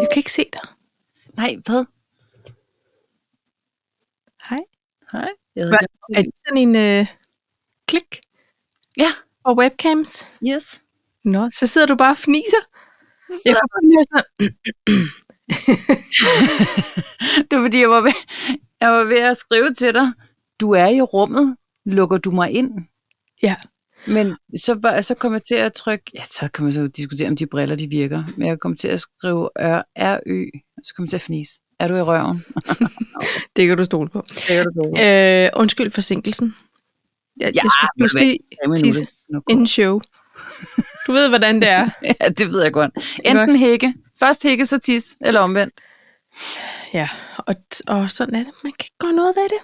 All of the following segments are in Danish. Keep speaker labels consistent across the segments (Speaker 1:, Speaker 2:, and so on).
Speaker 1: Jeg kan ikke se dig.
Speaker 2: Nej, hvad?
Speaker 1: Hej.
Speaker 2: Hej. Jeg
Speaker 1: Hvad? Er det sådan en øh, klik?
Speaker 2: Ja.
Speaker 1: Og webcams?
Speaker 2: Yes.
Speaker 1: Nå, så sidder du bare og fniser. Jeg
Speaker 2: Ja.
Speaker 1: kan kun høre sådan,
Speaker 2: Det var fordi, jeg var, ved, jeg var ved at skrive til dig. Du er i rummet. Lukker du mig ind?
Speaker 1: Ja.
Speaker 2: Men så, var- så kom jeg til at trykke... Ja, så kan man så diskutere, om de briller de virker. Men jeg kom til at skrive R- R-Ø. og Så kom jeg til at fnise. Er du i røven?
Speaker 1: det kan du stole på.
Speaker 2: Det er du
Speaker 1: Øh, undskyld forsinkelsen. Jeg,
Speaker 2: Ja,
Speaker 1: jeg skulle
Speaker 2: men
Speaker 1: pludselig tisse inden show. Du ved, hvordan det er.
Speaker 2: Ja, det ved jeg godt.
Speaker 1: Ikke
Speaker 2: Enten
Speaker 1: også?
Speaker 2: hække. Først hække, så tis. Eller omvendt.
Speaker 1: Ja, og, og sådan er det. Man kan ikke gøre noget ved det.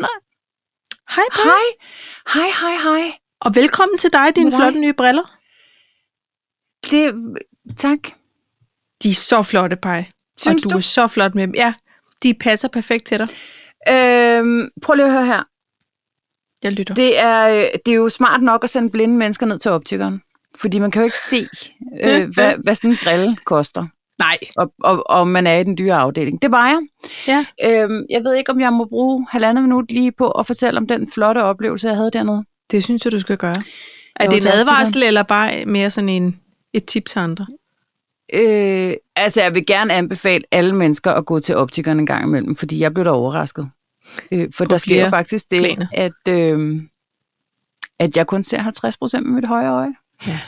Speaker 2: Nej.
Speaker 1: Hej, Paul.
Speaker 2: Hej. Hej, hej, hej.
Speaker 1: Og velkommen til dig, dine
Speaker 2: Med dig.
Speaker 1: flotte nye briller.
Speaker 2: Det, tak.
Speaker 1: De er så flotte, Paj.
Speaker 2: Synes
Speaker 1: og du,
Speaker 2: du?
Speaker 1: er så flot med dem. Ja, de passer perfekt til dig.
Speaker 2: Øhm, prøv lige at høre her.
Speaker 1: Jeg lytter.
Speaker 2: Det er, øh, det er jo smart nok at sende blinde mennesker ned til optikeren. Fordi man kan jo ikke se, øh, hvad, hvad sådan en brille koster,
Speaker 1: Nej.
Speaker 2: og, og, og man er i den dyre afdeling. Det var jeg.
Speaker 1: Ja.
Speaker 2: Øhm, jeg ved ikke, om jeg må bruge halvandet minut lige på at fortælle om den flotte oplevelse, jeg havde dernede.
Speaker 1: Det synes jeg, du skal gøre. Er
Speaker 2: Jo,
Speaker 1: det en
Speaker 2: tak til dig.
Speaker 1: advarsel, eller bare mere sådan en, et tip til andre?
Speaker 2: Øh, altså, jeg vil gerne anbefale alle mennesker at gå til optikeren en gang imellem, fordi jeg blev da overrasket. Øh, for
Speaker 1: På
Speaker 2: der sker
Speaker 1: flere
Speaker 2: jo faktisk det,
Speaker 1: planer.
Speaker 2: at, øh, at jeg kun ser 50 procent med mit højre øje.
Speaker 1: Ja.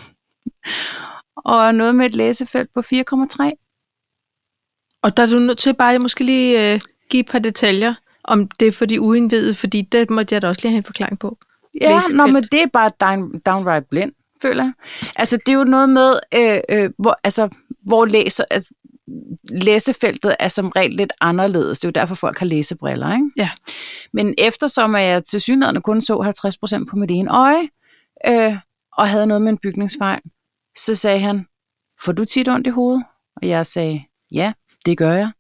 Speaker 2: Og noget med et læsefelt på 4,3.
Speaker 1: Og der er du nødt til bare måske lige øh, give et par detaljer, om det er for de uindvidede, fordi det måtte jeg da også lige have en forklaring på.
Speaker 2: Ja,
Speaker 1: Læsefelt.
Speaker 2: nå, men det er bare down, downright blind, føler jeg. Altså, det er jo noget med, øh, øh, hvor, altså, hvor læser, altså, læsefeltet er som regel lidt anderledes. Det er jo derfor, folk har læsebriller, ikke?
Speaker 1: Ja.
Speaker 2: Men eftersom at jeg til synligheden kun så 50% på mit ene øje, øh, og havde noget med en bygningsfejl, så sagde han, får du tit ondt i hovedet? Og jeg sagde, ja, det gør jeg.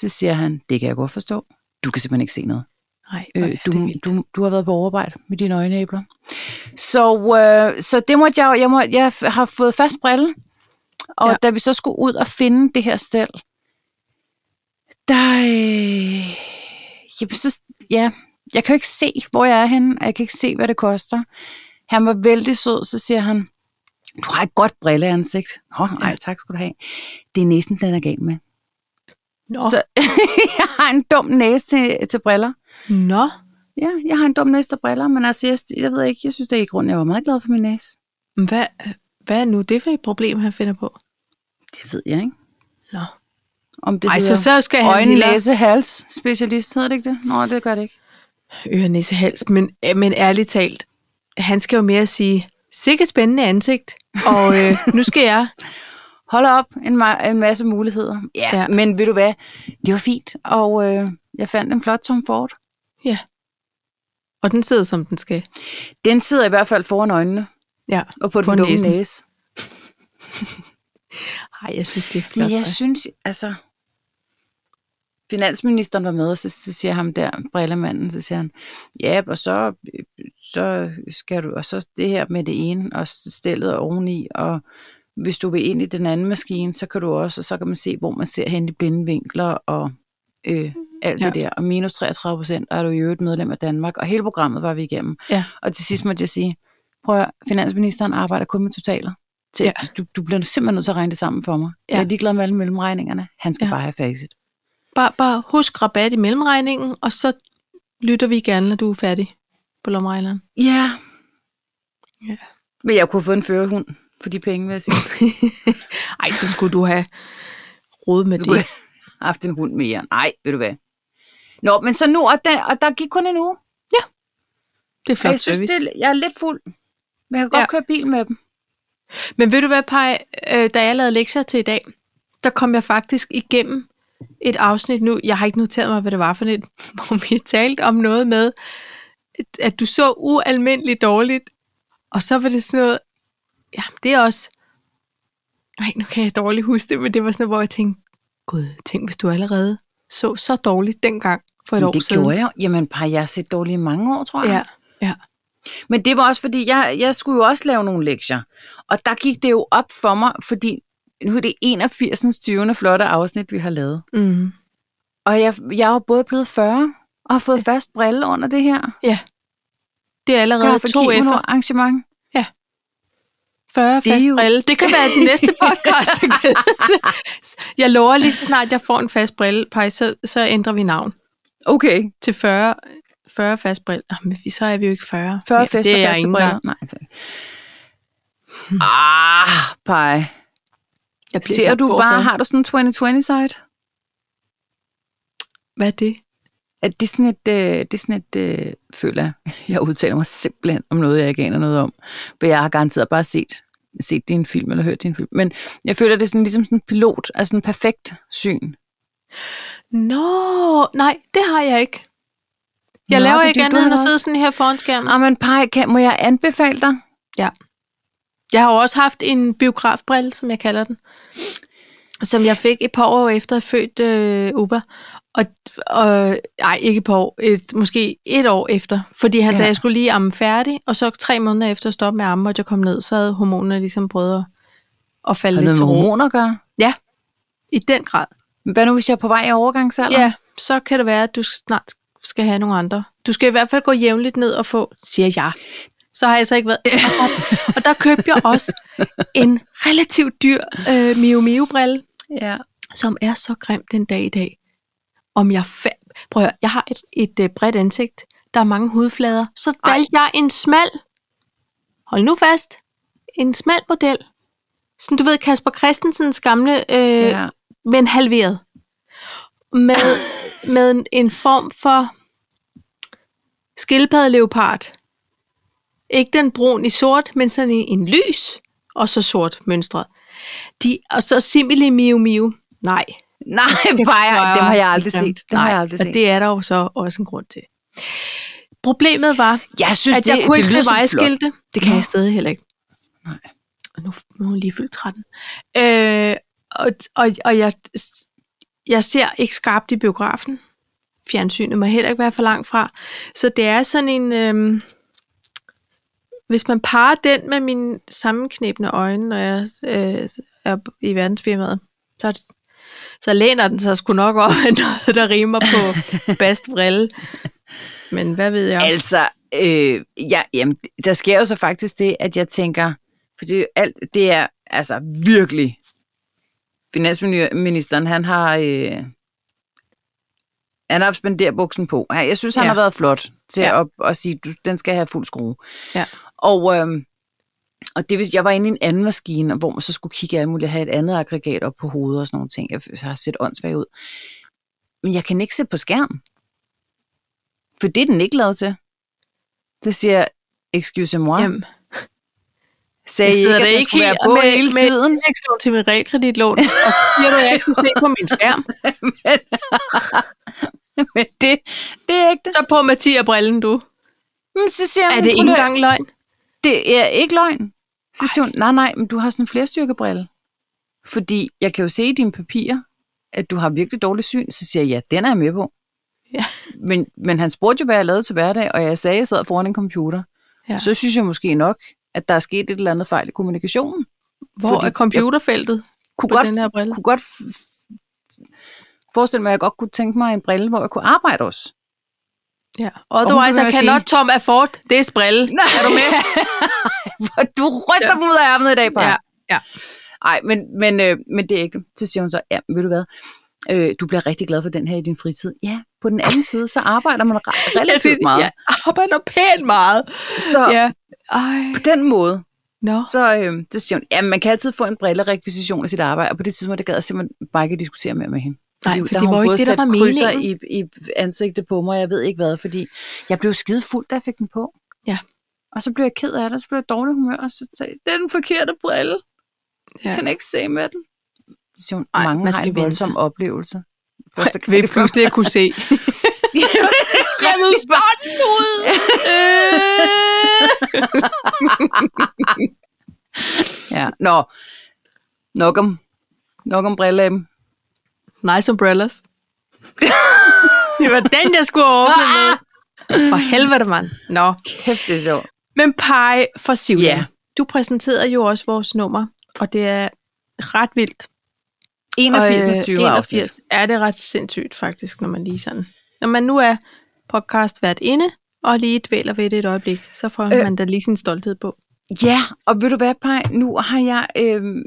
Speaker 2: Så siger han, det kan jeg godt forstå. Du kan simpelthen ikke se noget.
Speaker 1: Nej, hvor
Speaker 2: Øh,
Speaker 1: er det
Speaker 2: du,
Speaker 1: vildt.
Speaker 2: du, du har været på overarbejde med dine øjenæbler. Så, øh, så det måtte jeg, jo- jeg, må, jeg f- har fået fast brille, og
Speaker 1: Ja.
Speaker 2: ja. da vi så skulle ud og finde det her stel, der, øh, jamen, så, ja, jeg kan jo ikke se, hvor jeg er henne, og jeg kan ikke se, hvad det koster. Han var vældig sød, så siger han, du har et godt brilleansigt. Nå, nej,
Speaker 1: Ja.
Speaker 2: tak skal du have. Det er næsen, den er gal med.
Speaker 1: Nå,
Speaker 2: Oh. Så jeg har en dum næse til, til briller.
Speaker 1: nå.
Speaker 2: Ja, jeg har en dum næse og briller, men altså, jeg, jeg ved ikke, jeg synes, det er i grunden, jeg var meget glad for min næse.
Speaker 1: Men Hvad, hvad er nu det for et problem, han finder på?
Speaker 2: Det ved jeg ikke.
Speaker 1: Nå.
Speaker 2: Om det
Speaker 1: Ej, så,
Speaker 2: hedder
Speaker 1: så skal han
Speaker 2: øjne,
Speaker 1: hellere-
Speaker 2: næse, hals specialist, hedder det ikke det? Nå, det gør det ikke.
Speaker 1: øre, næse, hals, men, øh, men ærligt talt, han skal jo mere sige, sikkert spændende ansigt, og øh, nu skal jeg.
Speaker 2: Hold op, en, ma- en masse muligheder. Ja,
Speaker 1: Ja.
Speaker 2: ja, men ved du hvad, det var fint, og øh, jeg fandt en flot Tom Ford.
Speaker 1: Og den sidder, som den skal.
Speaker 2: Den sidder i hvert fald foran øjnene,
Speaker 1: Ja.
Speaker 2: og på, på
Speaker 1: På
Speaker 2: den dumme
Speaker 1: næsen.
Speaker 2: næsen. næse.
Speaker 1: Ej, jeg synes, det er flot.
Speaker 2: Men jeg
Speaker 1: hva'?
Speaker 2: synes, altså... Finansministeren var med, og så, så siger ham der, brillemanden, så siger han, ja, og så, så skal du, og så det her med det ene, og stillet oveni, og hvis du vil ind i den anden maskine, så kan du også, og så kan man se, hvor man ser hen i blinde vinkler, og øh, alt ja.
Speaker 1: Ja.
Speaker 2: det der. Og minus 33 procent, og er du i øvrigt medlem af Danmark, og hele programmet var vi igennem.
Speaker 1: Ja.
Speaker 2: Og til sidst måtte jeg sige, prøv at, høre, finansministeren arbejder kun med totaler. Til,
Speaker 1: Ja.
Speaker 2: ja. du, du bliver simpelthen nødt til at regne det sammen for mig.
Speaker 1: Ja.
Speaker 2: Ja. Jeg er ligeglad med alle mellemregningerne. Han skal
Speaker 1: Ja.
Speaker 2: ja. bare have facit.
Speaker 1: Bare, bare husk rabat i mellemregningen, og så lytter vi gerne, når du er færdig på lomregneren.
Speaker 2: Ja.
Speaker 1: Ja.
Speaker 2: Men jeg kunne få en førerhund for de penge, vil jeg sige.
Speaker 1: Ej, så skulle du have råd med
Speaker 2: Så skulle
Speaker 1: det.
Speaker 2: jeg have haft en hund mere. Nej, ved du hvad. Nå, men så nu, og der, og der gik kun en uge.
Speaker 1: Det er
Speaker 2: Og
Speaker 1: flot
Speaker 2: jeg synes,
Speaker 1: service.
Speaker 2: det, er- jeg er lidt fuld. Men jeg kan godt
Speaker 1: Ja.
Speaker 2: ja. køre bil med dem.
Speaker 1: Men ved du hvad, Paj, øh, da jeg lavede lektier til i dag, der kom jeg faktisk igennem et afsnit nu. Jeg har ikke noteret mig, hvad det var for et, hvor vi talte om noget med, at- at du så ualmindeligt dårligt. Og så var det sådan noget, ja, det er også... Nej, nu kan jeg dårligt huske det, men det var sådan noget, hvor jeg tænkte, gud, tænk hvis du allerede så så dårligt dengang for et
Speaker 2: Men
Speaker 1: år
Speaker 2: det
Speaker 1: siden.
Speaker 2: gjorde jeg. Jamen, par, jeg har set dårligt i mange år, tror jeg.
Speaker 1: Ja, ja.
Speaker 2: Men det var også fordi, jeg, jeg skulle jo også lave nogle lektier. Og der gik det jo op for mig, fordi nu er det 81. 20. flotte afsnit, vi har lavet.
Speaker 1: Mm.
Speaker 2: Og jeg, jeg er jo både blevet 40 og har fået fast brille under det her.
Speaker 1: Det er
Speaker 2: Jeg
Speaker 1: allerede to
Speaker 2: har fået kimono
Speaker 1: F'er.
Speaker 2: arrangement.
Speaker 1: 40
Speaker 2: Det er
Speaker 1: fast
Speaker 2: jo-
Speaker 1: brille. Det kan være den næste podcast. jeg gider. jeg lover lige så snart, jeg får en fast brille, Paj, så, så ændrer vi navn
Speaker 2: Okay,
Speaker 1: til 40, 40 fast brille. Ah, men vi- så er vi jo ikke 40.
Speaker 2: 40
Speaker 1: mere.
Speaker 2: fester,
Speaker 1: det er Hmm. jeg
Speaker 2: faste
Speaker 1: ikke
Speaker 2: briller.
Speaker 1: engang.
Speaker 2: Nej, tak. Ah, pej.
Speaker 1: Jeg bliver
Speaker 2: Ser
Speaker 1: snart
Speaker 2: du bare,
Speaker 1: 42.
Speaker 2: har du sådan en 2020-site?
Speaker 1: Hvad er det?
Speaker 2: At det er sådan et, øh, det er sådan et øh, føler jeg. jeg udtaler mig simpelthen om noget, jeg ikke aner noget om. For jeg har garanteret bare set, set din film, eller hørt din film. Men jeg føler, det er sådan, ligesom sådan en pilot, altså sådan en perfekt syn.
Speaker 1: Nå, nej, det har jeg ikke. Jeg
Speaker 2: Nå,
Speaker 1: Nå, laver
Speaker 2: det er
Speaker 1: ikke
Speaker 2: det, du
Speaker 1: andet
Speaker 2: har
Speaker 1: end at
Speaker 2: også.
Speaker 1: sidde sådan her foran skærmen.
Speaker 2: Ah, men pej, kan, må jeg anbefale dig?
Speaker 1: Jeg har jo også haft en biografbrille, som jeg kalder den, som jeg fik et par år efter jeg fødte øh, Uber. Og, og, ej, ikke et par år. Et, måske et år efter. Fordi han ja. sagde,
Speaker 2: Ja.
Speaker 1: at jeg skulle lige amme færdig, og så tre måneder efter at stoppe med at amme, og jeg kom ned, så havde hormonerne ligesom prøvet at, at falde
Speaker 2: Har
Speaker 1: lidt
Speaker 2: noget
Speaker 1: til
Speaker 2: med
Speaker 1: ro.
Speaker 2: hormoner at gøre?
Speaker 1: I den grad.
Speaker 2: Hvad nu, hvis jeg er på vej i overgangsalder?
Speaker 1: Ja, så kan det være, at du snart skal have nogle andre. Du skal i hvert fald gå jævnligt ned og få, siger jeg. Så har jeg så ikke været. Og, og, og der købte jeg også en relativt dyr øh, Miu Miu-brille.
Speaker 2: ja.
Speaker 1: som er så grim den dag i dag. Om jeg fa- Prøv at høre, jeg har et, et øh, bredt ansigt. Der er mange hudflader. Så
Speaker 2: Ej.
Speaker 1: valgte jeg en smal. Hold nu fast. En smal model. Som du ved, Kasper Christensens gamle, øh, ja.
Speaker 2: ja.
Speaker 1: men halveret. Med, med en, en form for skildpaddeleopard. Ikke den brun i sort, men sådan en, en lys, og så sort mønstret. De, og så simile miu miu. Nej,
Speaker 2: Nej, pej, dem har jeg aldrig set. Dem har jeg aldrig
Speaker 1: og
Speaker 2: set.
Speaker 1: det er der jo så også en grund til. Problemet var,
Speaker 2: jeg synes,
Speaker 1: at jeg
Speaker 2: det,
Speaker 1: kunne
Speaker 2: det
Speaker 1: ikke se
Speaker 2: lyder som flot.
Speaker 1: vejskilte. Det kan
Speaker 2: Nå.
Speaker 1: jeg stadig heller ikke.
Speaker 2: Nej.
Speaker 1: Og nu, nu er hun lige fyldt 13. Øh, og og, og jeg, jeg ser ikke skarpt i biografen. Fjernsynet må heller ikke være for langt fra. Så det er sådan en... Øh, hvis man parer den med mine sammenknæbende øjne, når jeg øh, er i verdensfirmaet, så, er det- så læner den sig sgu nok op af noget, der rimer på bast brille. Men hvad ved jeg?
Speaker 2: Altså, øh, ja, jamen, der sker jo så faktisk det, at jeg tænker, for det, er jo alt, det er altså virkelig, finansministeren, han har, øh, han har haft spenderbuksen på. Ja, Jeg synes, han
Speaker 1: Ja.
Speaker 2: ja. har været flot til
Speaker 1: Ja.
Speaker 2: ja. at, at sige, du, den skal have fuld skrue.
Speaker 1: Ja.
Speaker 2: Og, øh, og det vil sige, jeg var inde i en anden maskine, hvor man så skulle kigge alt muligt, have et andet aggregat op på hovedet og sådan nogle ting. Jeg har set åndssvagt ud. Men jeg kan ikke se på skærmen. For det er den ikke lavet til. Det siger, excuse moi. Jamen,
Speaker 1: Jamen,
Speaker 2: sagde
Speaker 1: jeg
Speaker 2: I
Speaker 1: sidder
Speaker 2: ikke, at
Speaker 1: da
Speaker 2: den
Speaker 1: ikke
Speaker 2: ikke skulle være
Speaker 1: helt
Speaker 2: på
Speaker 1: med-
Speaker 2: med,
Speaker 1: med-
Speaker 2: hele tiden.
Speaker 1: indlægslån til min realkreditlån, og så siger du, at jeg ikke kan se på min skærm.
Speaker 2: Men det, det er ikke det.
Speaker 1: Så på Mathias brillen, du.
Speaker 2: Men så siger jeg,
Speaker 1: Er
Speaker 2: "Men
Speaker 1: det
Speaker 2: prøv
Speaker 1: ikke
Speaker 2: lige at-
Speaker 1: engang løgn?
Speaker 2: Det er ikke løgn. Så siger hun, nej, nej, men du har sådan en flerstyrkebrille. Fordi jeg kan jo se i dine papirer, at du har virkelig dårlig syn. Så siger jeg, ja, den er jeg med på.
Speaker 1: Ja.
Speaker 2: Men, men han spurgte jo, hvad jeg lavede til hverdag, og jeg sagde, at jeg sad foran en computer.
Speaker 1: Ja.
Speaker 2: Så synes jeg måske nok, at der er sket et eller andet fejl i kommunikationen.
Speaker 1: Hvor
Speaker 2: Fordi
Speaker 1: er computerfeltet
Speaker 2: Kunne
Speaker 1: på
Speaker 2: godt,
Speaker 1: den her brille?
Speaker 2: kunne godt f- forestille mig, at jeg godt kunne tænke mig en brille, hvor jeg kunne arbejde også.
Speaker 1: Ja. Otherwise,
Speaker 2: Og hun
Speaker 1: I
Speaker 2: vil
Speaker 1: cannot
Speaker 2: sige-
Speaker 1: Tom afford this brille.
Speaker 2: Er du med? du ryster dem ud af ærmet i dag, Paj.
Speaker 1: Ja, ja.
Speaker 2: Ej, men, men, øh, men det er ikke det. Så siger hun så, ja, ved du hvad? Øh, du bliver rigtig glad for den her i din fritid. Ja, på den anden side, så arbejder man re- relativt meget.
Speaker 1: Jeg arbejder pænt meget.
Speaker 2: Så
Speaker 1: Ja. Ej.
Speaker 2: på den måde,
Speaker 1: Nå.
Speaker 2: så, øh, så siger hun, ja, man kan altid få en brillerekvisition af sit arbejde, og på det tidspunkt, der gad jeg simpelthen bare ikke at diskutere mere med hende.
Speaker 1: Nej,
Speaker 2: der
Speaker 1: for
Speaker 2: har
Speaker 1: det
Speaker 2: hun
Speaker 1: var jo
Speaker 2: både
Speaker 1: ikke det, der
Speaker 2: sat
Speaker 1: var
Speaker 2: krydser
Speaker 1: meningen.
Speaker 2: i, i ansigtet på mig, og jeg ved ikke hvad, fordi jeg blev skide fuld, da jeg fik den på.
Speaker 1: Ja.
Speaker 2: Og så blev jeg ked af det, og så blev jeg i dårlig humør, og så sagde jeg, det er den forkerte brille.
Speaker 1: Ja.
Speaker 2: Jeg kan ikke se med den. Så siger hun,
Speaker 1: Ej,
Speaker 2: mange
Speaker 1: man
Speaker 2: har
Speaker 1: skal
Speaker 2: en
Speaker 1: vente.
Speaker 2: voldsom oplevelse. Første
Speaker 1: Vil jeg pludselig ikke kunne se. Revet sådan ud. Øh.
Speaker 2: ja. Nå, nok om, nok om brillelæben.
Speaker 1: Nice umbrellas. det var den, jeg skulle åbne med.
Speaker 2: Ah!
Speaker 1: For helvede, mand. Nå.
Speaker 2: Kæft, det er sjovt.
Speaker 1: Men pej for Sivlen.
Speaker 2: Ja.
Speaker 1: Du præsenterede jo også vores nummer, og det er ret vildt. øh,
Speaker 2: 81. 20 afsnit.
Speaker 1: 81. Ja, det er ret sindssygt faktisk, når man lige sådan... Når man nu er podcast været inde, og lige dvæler ved det et øjeblik, så får øh.
Speaker 2: Øh.
Speaker 1: man da lige sin stolthed på.
Speaker 2: Ja, og ved du hvad, Paj? Nu har jeg... Øhm,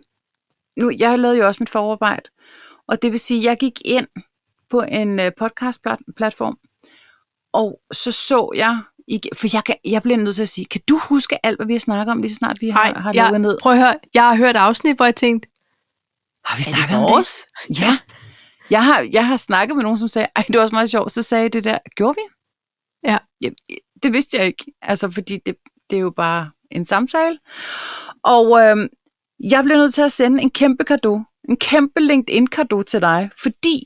Speaker 2: nu, jeg lavede jo også mit forarbejde, og det vil sige, jeg gik ind på en øh, podcastplatform, og så så jeg... igen- For jeg, kan, jeg bliver nødt til at sige, kan du huske alt, hvad vi har snakket om, lige så snart vi har,
Speaker 1: Ej,
Speaker 2: har lukket
Speaker 1: jeg,
Speaker 2: ned?
Speaker 1: prøv at høre, jeg har hørt afsnit, hvor jeg tænkte,
Speaker 2: Har vi
Speaker 1: er det
Speaker 2: snakket om det?
Speaker 1: vores?
Speaker 2: Ja. Jeg har, jeg har snakket med nogen, som sagde, ej, det var også meget sjovt. Så sagde jeg det der, gjorde vi?
Speaker 1: Ja.
Speaker 2: Jamen, det vidste jeg ikke. Altså, fordi det, det er jo bare en samtale. Og øhm, jeg blev nødt til at sende en kæmpe gave. En kæmpe linkedin gave til dig. Fordi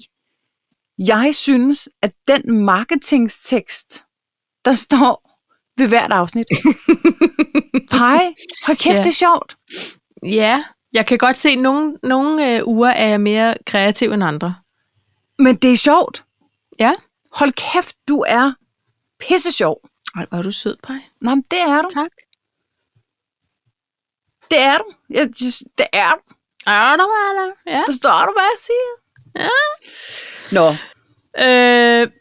Speaker 2: jeg synes, at den marketingstekst, der står ved hvert afsnit, pej, hold kæft,
Speaker 1: Ja.
Speaker 2: det er sjovt.
Speaker 1: Ja, jeg kan godt se, at nogle, nogle øh, uger er jeg mere kreativ end andre.
Speaker 2: Men det er sjovt.
Speaker 1: Ja.
Speaker 2: Hold kæft, du er pisse sjov.
Speaker 1: Ej, hvor er du sød, Paj.
Speaker 2: Nå, men det er du.
Speaker 1: Tak.
Speaker 2: Det er du. Jeg, synes, det er du.
Speaker 1: Er du, eller? Ja.
Speaker 2: Forstår du, hvad jeg siger? Ja. Nå,
Speaker 1: Øh,
Speaker 2: men altså,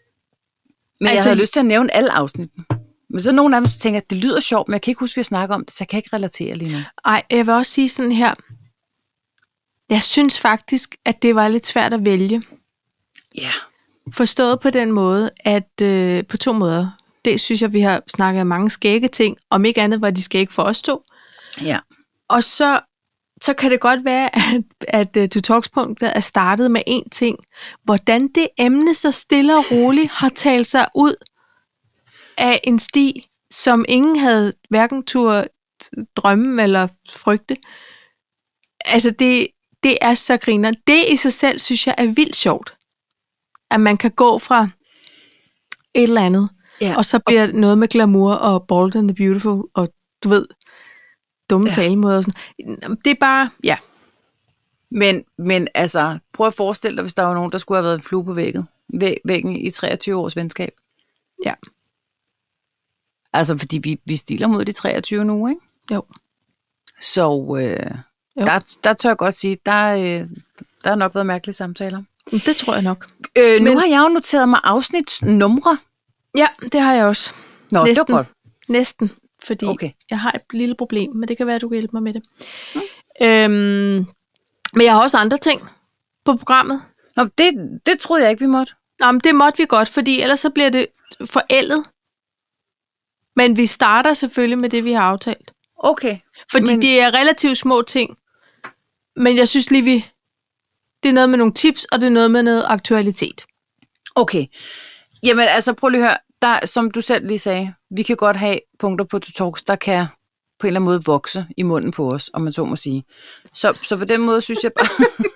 Speaker 2: jeg
Speaker 1: Altså-
Speaker 2: havde lyst til at nævne alle afsnittene. Men så er nogle af dem, så tænker, at det lyder sjovt, men jeg kan ikke huske, vi har snakket om det, så jeg kan ikke relatere lige nu.
Speaker 1: ej, jeg vil også sige sådan her. Jeg synes faktisk, at det var lidt svært at vælge.
Speaker 2: Ja.
Speaker 1: Forstået på den måde, at øh, på to måder. Det synes jeg, vi har snakket mange skægge ting. Om ikke andet var de skægge for os to.
Speaker 2: Ja.
Speaker 1: Og så, så kan det godt være, at, at øh, du talkspunktet er startet med én ting. Hvordan det emne så stille og roligt har talt sig ud af en sti, som ingen havde hverken tur drømme eller frygte. Altså det, det er så griner. Det i sig selv, synes jeg, er vildt sjovt. At man kan gå fra et eller andet,
Speaker 2: Ja.
Speaker 1: og så bliver det noget med glamour og Bold and the Beautiful, og du ved, dumme ja.
Speaker 2: Ja.
Speaker 1: talemåder og sådan. Nå, Det er bare, ja.
Speaker 2: Men, men altså, prøv at forestille dig, hvis der var nogen, der skulle have været en flue på væggen, væg, væggen i 23 års venskab.
Speaker 1: Ja.
Speaker 2: Altså, fordi vi, vi stiller mod de 23 nu, ikke?
Speaker 1: Jo.
Speaker 2: Så øh,
Speaker 1: Jo.
Speaker 2: der, der tør jeg godt sige, der, øh, der er nok været mærkelige samtaler.
Speaker 1: Men Det tror jeg nok.
Speaker 2: Øh, nu
Speaker 1: Men-
Speaker 2: har jeg jo noteret mig afsnitsnumre.
Speaker 1: Ja, det har jeg også.
Speaker 2: Nå, det
Speaker 1: Næsten.
Speaker 2: var godt.
Speaker 1: Næsten. Fordi
Speaker 2: Okay.
Speaker 1: jeg har et lille problem, men det kan være, at du kan hjælpe mig med det. Mm. Øhm, men jeg har også andre ting på programmet.
Speaker 2: Nå, det, det troede jeg ikke, vi måtte.
Speaker 1: Nå, men det måtte vi godt, fordi ellers så bliver det forældet. Men vi starter selvfølgelig med det, vi har aftalt.
Speaker 2: Okay.
Speaker 1: Fordi men...
Speaker 2: Men-
Speaker 1: det er relativt små ting. Men jeg synes lige, vi... Det er noget med nogle tips, og det er noget med noget aktualitet.
Speaker 2: Okay. Jamen, altså, prøv lige at høre. Der, som du selv lige sagde, vi kan godt have punkter på To Talks, der kan på en eller anden måde vokse i munden på os, om man så må sige. Så, så på den måde synes jeg bare...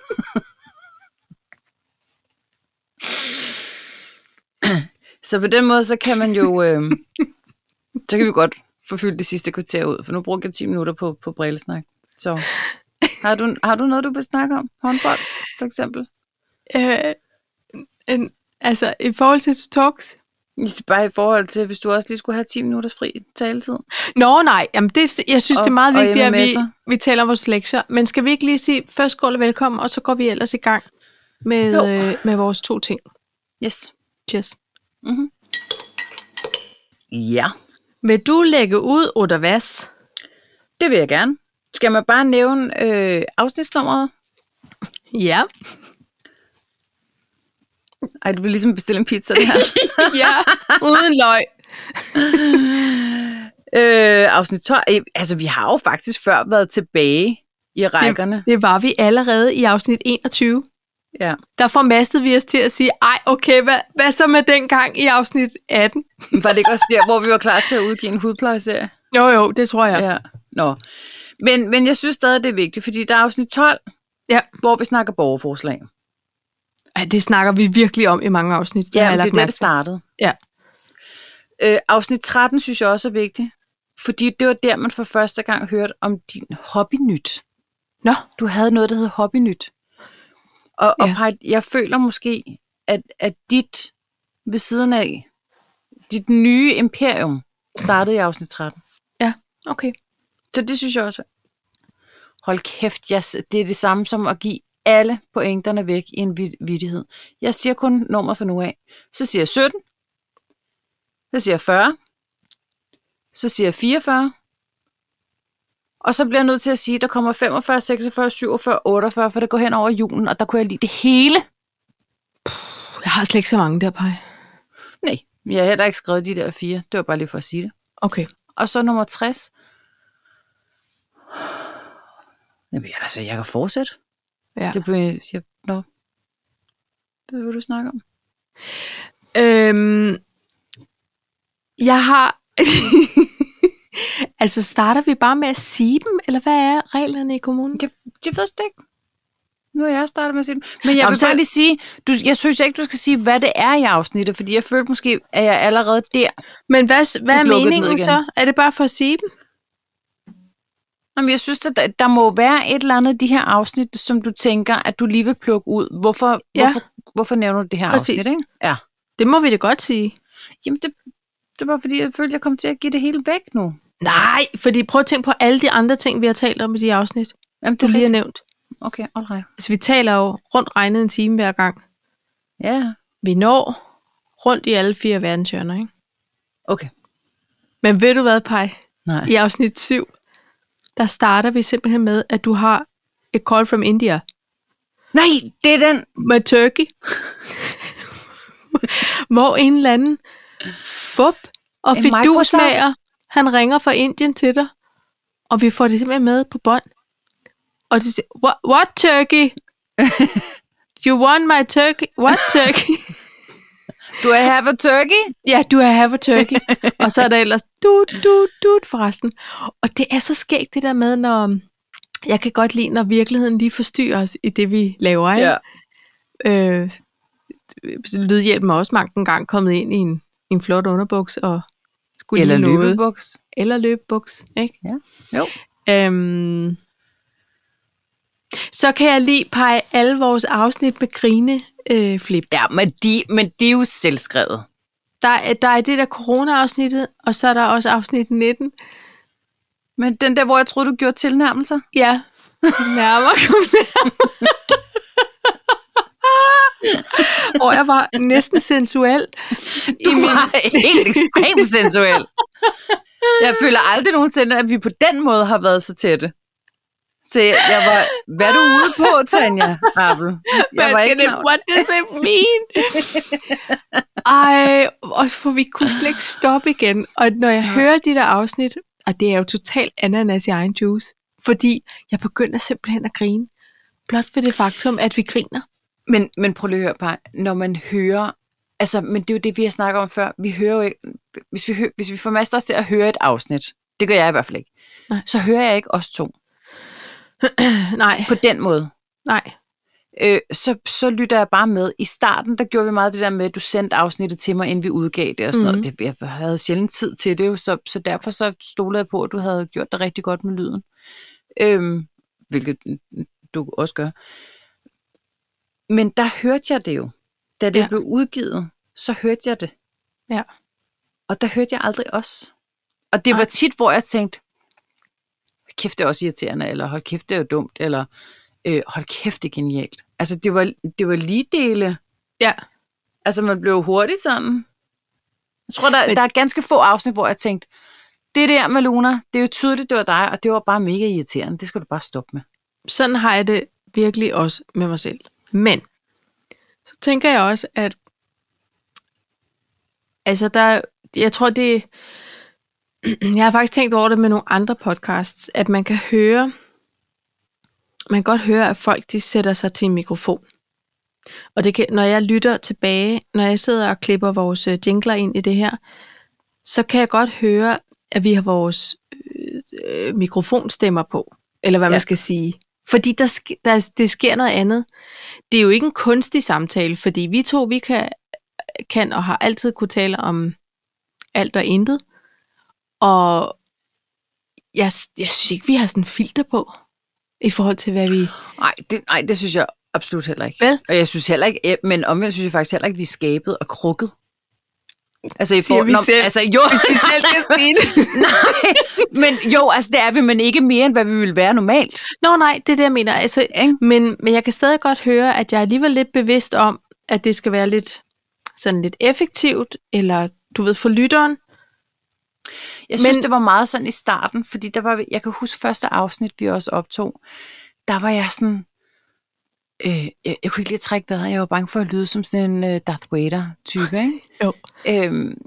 Speaker 2: så på den måde, så kan man jo... Øh, så kan vi godt forfylde det sidste kvarter ud, for nu brugte jeg 10 minutter på, på brillesnak. Så har du, har du noget, du vil snakke om? Håndbold, for eksempel?
Speaker 1: Øh, en, altså, i forhold til talks...
Speaker 2: Bare i forhold til, hvis du også lige skulle have 10 minutters fri taletid.
Speaker 1: Nå nej, jamen det, jeg synes,
Speaker 2: Og-
Speaker 1: det er meget
Speaker 2: og
Speaker 1: vigtigt, at vi,
Speaker 2: MMS'er.
Speaker 1: vi taler om vores lektier. Men skal vi ikke lige sige, først skål og velkommen, og så går vi ellers i gang med,
Speaker 2: Jo.
Speaker 1: øh, med vores to ting.
Speaker 2: Yes.
Speaker 1: Cheers.
Speaker 2: Mm-hmm. Ja,
Speaker 1: Vil du lægge ud, oder hvad?
Speaker 2: det vil jeg gerne. Skal man bare nævne øh, afsnitsnummeret?
Speaker 1: Ja.
Speaker 2: Ej, det bliver ligesom at bestille en pizza, det her.
Speaker 1: ja, uden løg.
Speaker 2: øh, afsnit 12. Øh, altså, vi har jo faktisk før været tilbage i rækkerne.
Speaker 1: Det var vi allerede i afsnit 21.
Speaker 2: Ja.
Speaker 1: Der formastede vi os til at sige, ej okay, hvad, hvad så med den gang i afsnit 18?
Speaker 2: Var det ikke også der, hvor vi var klar til at udgive en hudplejeserie?
Speaker 1: Jo jo, det tror jeg. Ja.
Speaker 2: Ja. Nå. Men, men jeg synes stadig, det er vigtigt, fordi der er afsnit 12,
Speaker 1: Ja.
Speaker 2: hvor vi snakker borgerforslag.
Speaker 1: Ej, det snakker vi virkelig om i mange afsnit. har
Speaker 2: Ja,
Speaker 1: jeg
Speaker 2: men det
Speaker 1: lagt
Speaker 2: er der,
Speaker 1: mærke
Speaker 2: det
Speaker 1: til.
Speaker 2: startede.
Speaker 1: Ja.
Speaker 2: Øh, afsnit 13 synes jeg også er vigtigt, fordi det var der, man for første gang hørte om din hobbynyt.
Speaker 1: Nå,
Speaker 2: Du havde noget, der hed hobbynyt. Og, og
Speaker 1: Ja.
Speaker 2: Paj, jeg føler måske, at, at dit ved siden af, dit nye imperium, startede i afsnit 13.
Speaker 1: okay.
Speaker 2: Så det synes jeg også. hold kæft, jeg, s- det er det samme som at give alle pointerne væk i en vid- vittighed. Jeg siger kun nummer for nu af. Så siger jeg 17. Så siger jeg 40. Så siger jeg 44. Og så bliver jeg nødt til at sige, at der kommer 45, 46, 47, 48, for det går hen over julen, og der kunne jeg lide det hele.
Speaker 1: Jeg har slet ikke så mange der, Paj.
Speaker 2: Nej, jeg har heller ikke skrevet de der fire. Det var bare lige for at sige det.
Speaker 1: Okay.
Speaker 2: Og så nummer 60. Jamen, jeg- altså, jeg kan fortsætte.
Speaker 1: Ja.
Speaker 2: Det blev... Jeg, nå. Hvad vil du snakke om?
Speaker 1: Øhm, jeg har... altså, starter vi bare med at sige dem, eller hvad er reglerne i kommunen?
Speaker 2: Jeg, jeg ved det ikke. Nu er jeg startet med at sige det. Men jeg
Speaker 1: Nå,
Speaker 2: vil
Speaker 1: men så-
Speaker 2: bare lige sige, du, jeg synes ikke, du skal sige, hvad det er i afsnittet, fordi jeg følte måske, at jeg allerede der.
Speaker 1: Men hvad, hvad er
Speaker 2: lukkede den ned
Speaker 1: meningen
Speaker 2: igen.
Speaker 1: så? Er det bare for at sige dem?
Speaker 2: Nå, men jeg synes, at der, der må være et eller andet i de her afsnit, som du tænker, at du lige vil plukke ud. Hvorfor,
Speaker 1: Ja.
Speaker 2: hvorfor, hvorfor nævner du det her
Speaker 1: Præcis.
Speaker 2: afsnit? Ikke? Ja.
Speaker 1: Det må vi da godt sige.
Speaker 2: Jamen, det, det var fordi, jeg følte, at jeg kom til at give det hele væk nu.
Speaker 1: Nej, fordi prøv at tænke på alle de andre ting, vi har talt om i de afsnit,
Speaker 2: Jamen,
Speaker 1: du
Speaker 2: det er
Speaker 1: lige har
Speaker 2: lige...
Speaker 1: nævnt.
Speaker 2: Okay, all right.
Speaker 1: Altså, vi taler jo rundt regnet en time hver gang.
Speaker 2: Ja,
Speaker 1: Vi når rundt i alle fire verdenshjørner, ikke?
Speaker 2: okay.
Speaker 1: Men ved du hvad, Paj?
Speaker 2: Nej.
Speaker 1: I afsnit 7, der starter vi simpelthen med, at du har et call from India
Speaker 2: Nej, det er den.
Speaker 1: med Turkey. Hvor en eller anden fup og
Speaker 2: En
Speaker 1: fidusmager, han ringer fra Indien til dig, og vi får det simpelthen med på bånd. Og de siger, what, what Turkey? You want my turkey? What turkey?
Speaker 2: Do I have a turkey?
Speaker 1: Ja, du er have a turkey. og så er der ellers dut, dut, dut forresten. Og det er så skægt det der med, når... Jeg kan godt lide, når virkeligheden lige forstyrrer os i det, vi laver. Ikke? Øh, lydhjælpen er også mange gange kommet ind i en, i en flot underbuks og skulle
Speaker 2: Eller
Speaker 1: lige noget.
Speaker 2: løbebuks.
Speaker 1: Eller løbebuks. Ikke?
Speaker 2: Jo.
Speaker 1: Øhm, så kan jeg lige pege alle vores afsnit med grine øh, flip.
Speaker 2: Ja, men de, men de er jo selvskrevet.
Speaker 1: Der, er- der er det der corona-afsnittet, og så er der også afsnit 19,
Speaker 2: Men den der, hvor jeg troede, du gjorde tilnærmelser?
Speaker 1: Ja. Kom nærmere, kom nærmere. Hvor jeg var næsten sensuel.
Speaker 2: Du var helt ekstremt sensuel. Jeg føler aldrig nogensinde, at vi på den måde har været så tætte. Så jeg var, hvad er du ude på, Tanja Appel? Jeg var ikke klar. over-
Speaker 1: what does it mean? Ej, og for vi kunne slet ikke stoppe igen. Og når jeg hører de der afsnit, og det er jo totalt ananas i egen juice, fordi jeg begynder simpelthen at grine. Blot for det faktum, at vi griner.
Speaker 2: Men, men prøv lige at høre, par. når man hører, altså, men det er jo det, vi har snakket om før, vi hører jo ikke, hvis vi, hø- hvis vi formaster os til at høre et afsnit, det gør jeg i hvert fald ikke,
Speaker 1: Nej.
Speaker 2: så hører jeg ikke os to
Speaker 1: Nej,
Speaker 2: på den måde.
Speaker 1: nej.
Speaker 2: Øh, så, så lytter jeg bare med. I starten, der gjorde vi meget det der med, at du sendte afsnittet til mig, inden vi udgav det og sådan mm.
Speaker 1: Mhm.
Speaker 2: noget. Det, jeg havde sjældent tid til det jo, så, så derfor så stolede jeg på, at du havde gjort det rigtig godt med lyden. Øhm, hvilket du også gør. Men der hørte jeg det jo. Da det
Speaker 1: Ja.
Speaker 2: ja. blev udgivet, så hørte jeg det.
Speaker 1: Ja.
Speaker 2: Og der hørte jeg aldrig os. Og det var
Speaker 1: Nej.
Speaker 2: tit, hvor jeg tænkte, "Hold kæft, det er også irriterende, eller hold kæft, det er jo dumt, eller øh, hold kæft, det er genialt. Altså, det var, det var lige dele.
Speaker 1: Ja.
Speaker 2: Altså, man blev hurtigt sådan. Jeg tror, der,
Speaker 1: Men-
Speaker 2: Men... der er ganske få afsnit, hvor jeg tænkte, det der, Maluna, det er jo tydeligt, det var dig, og det var bare mega irriterende. Det skal du bare stoppe med.
Speaker 1: sådan har jeg det virkelig også med mig selv. Men så tænker jeg også, at altså der, jeg tror det, jeg har faktisk tænkt over det med nogle andre podcasts, at man kan høre, man kan godt høre, at folk de sætter sig til en mikrofon. Og det kan, når jeg lytter tilbage, når jeg sidder og klipper vores øh, jingler ind i det her, så kan jeg godt høre, at vi har vores øh, øh, mikrofonstemmer på, eller hvad ja.
Speaker 2: Ja.
Speaker 1: man skal sige. Fordi der, sk- der, det sker noget andet. Det er jo ikke en kunstig samtale, fordi vi to, vi kan, kan og har altid kunne tale om alt og intet. Og jeg, jeg synes ikke, vi har sådan en filter på, i forhold til, hvad vi...
Speaker 2: Nej, det, nej, det synes jeg absolut heller ikke.
Speaker 1: Vel?
Speaker 2: Og jeg synes heller ikke, ja, men omvendt synes jeg faktisk heller ikke, vi er skabet og krukket. Altså, i
Speaker 1: Siger
Speaker 2: for,
Speaker 1: vi
Speaker 2: når,
Speaker 1: selv.
Speaker 2: altså jo,
Speaker 1: Hvis vi selv skal sige det.
Speaker 2: nej, men jo, altså det er vi, men ikke mere, end hvad vi ville være normalt.
Speaker 1: Nå nej, det er det, jeg mener. Altså,
Speaker 2: Ikke?
Speaker 1: men, men jeg kan stadig godt høre, at jeg er alligevel lidt bevidst om, at det skal være lidt, sådan lidt effektivt, eller du ved, for lytteren.
Speaker 2: Jeg synes,
Speaker 1: Men-
Speaker 2: men, det var meget sådan i starten, fordi der var, vi- jeg kan huske første afsnit, vi også optog, der var jeg sådan, øh, jeg, jeg kunne ikke lige trække vejret, jeg var bange for at lyde som sådan en øh, Darth Vader-type, ikke?
Speaker 1: Jo.
Speaker 2: Øhm,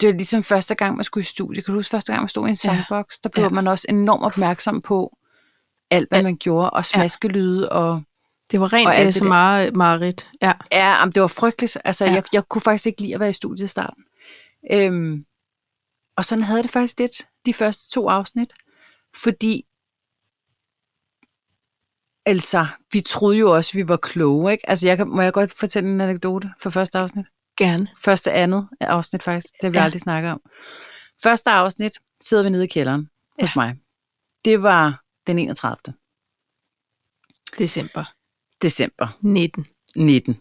Speaker 2: det var ligesom første gang, man skulle i studie. Kan du huske første gang, man stod i en
Speaker 1: Ja.
Speaker 2: sandbox? Der blev
Speaker 1: Ja.
Speaker 2: ja. man også enormt opmærksom på alt, hvad
Speaker 1: Al-
Speaker 2: man gjorde, og smaskelyde, og
Speaker 1: Det var
Speaker 2: Og alt
Speaker 1: rent
Speaker 2: det
Speaker 1: så
Speaker 2: der.
Speaker 1: meget mareridt. Ja.
Speaker 2: Ja, jamen, det var frygteligt. Altså,
Speaker 1: Ja.
Speaker 2: ja. jeg, jeg kunne faktisk ikke lide at være i studiet i starten. Øhm, og sådan havde jeg det faktisk lidt, de første to afsnit. Fordi, altså, vi troede jo også, vi var kloge, ikke? Altså, jeg kan, må jeg godt fortælle en anekdote fra første afsnit?
Speaker 1: Gerne.
Speaker 2: Første andet afsnit faktisk, det har vi
Speaker 1: Ja.
Speaker 2: ja. aldrig snakket om. Første afsnit sidder vi nede i kælderen hos
Speaker 1: Ja.
Speaker 2: mig. Det var den 31.
Speaker 1: December
Speaker 2: december.
Speaker 1: 19.
Speaker 2: 19.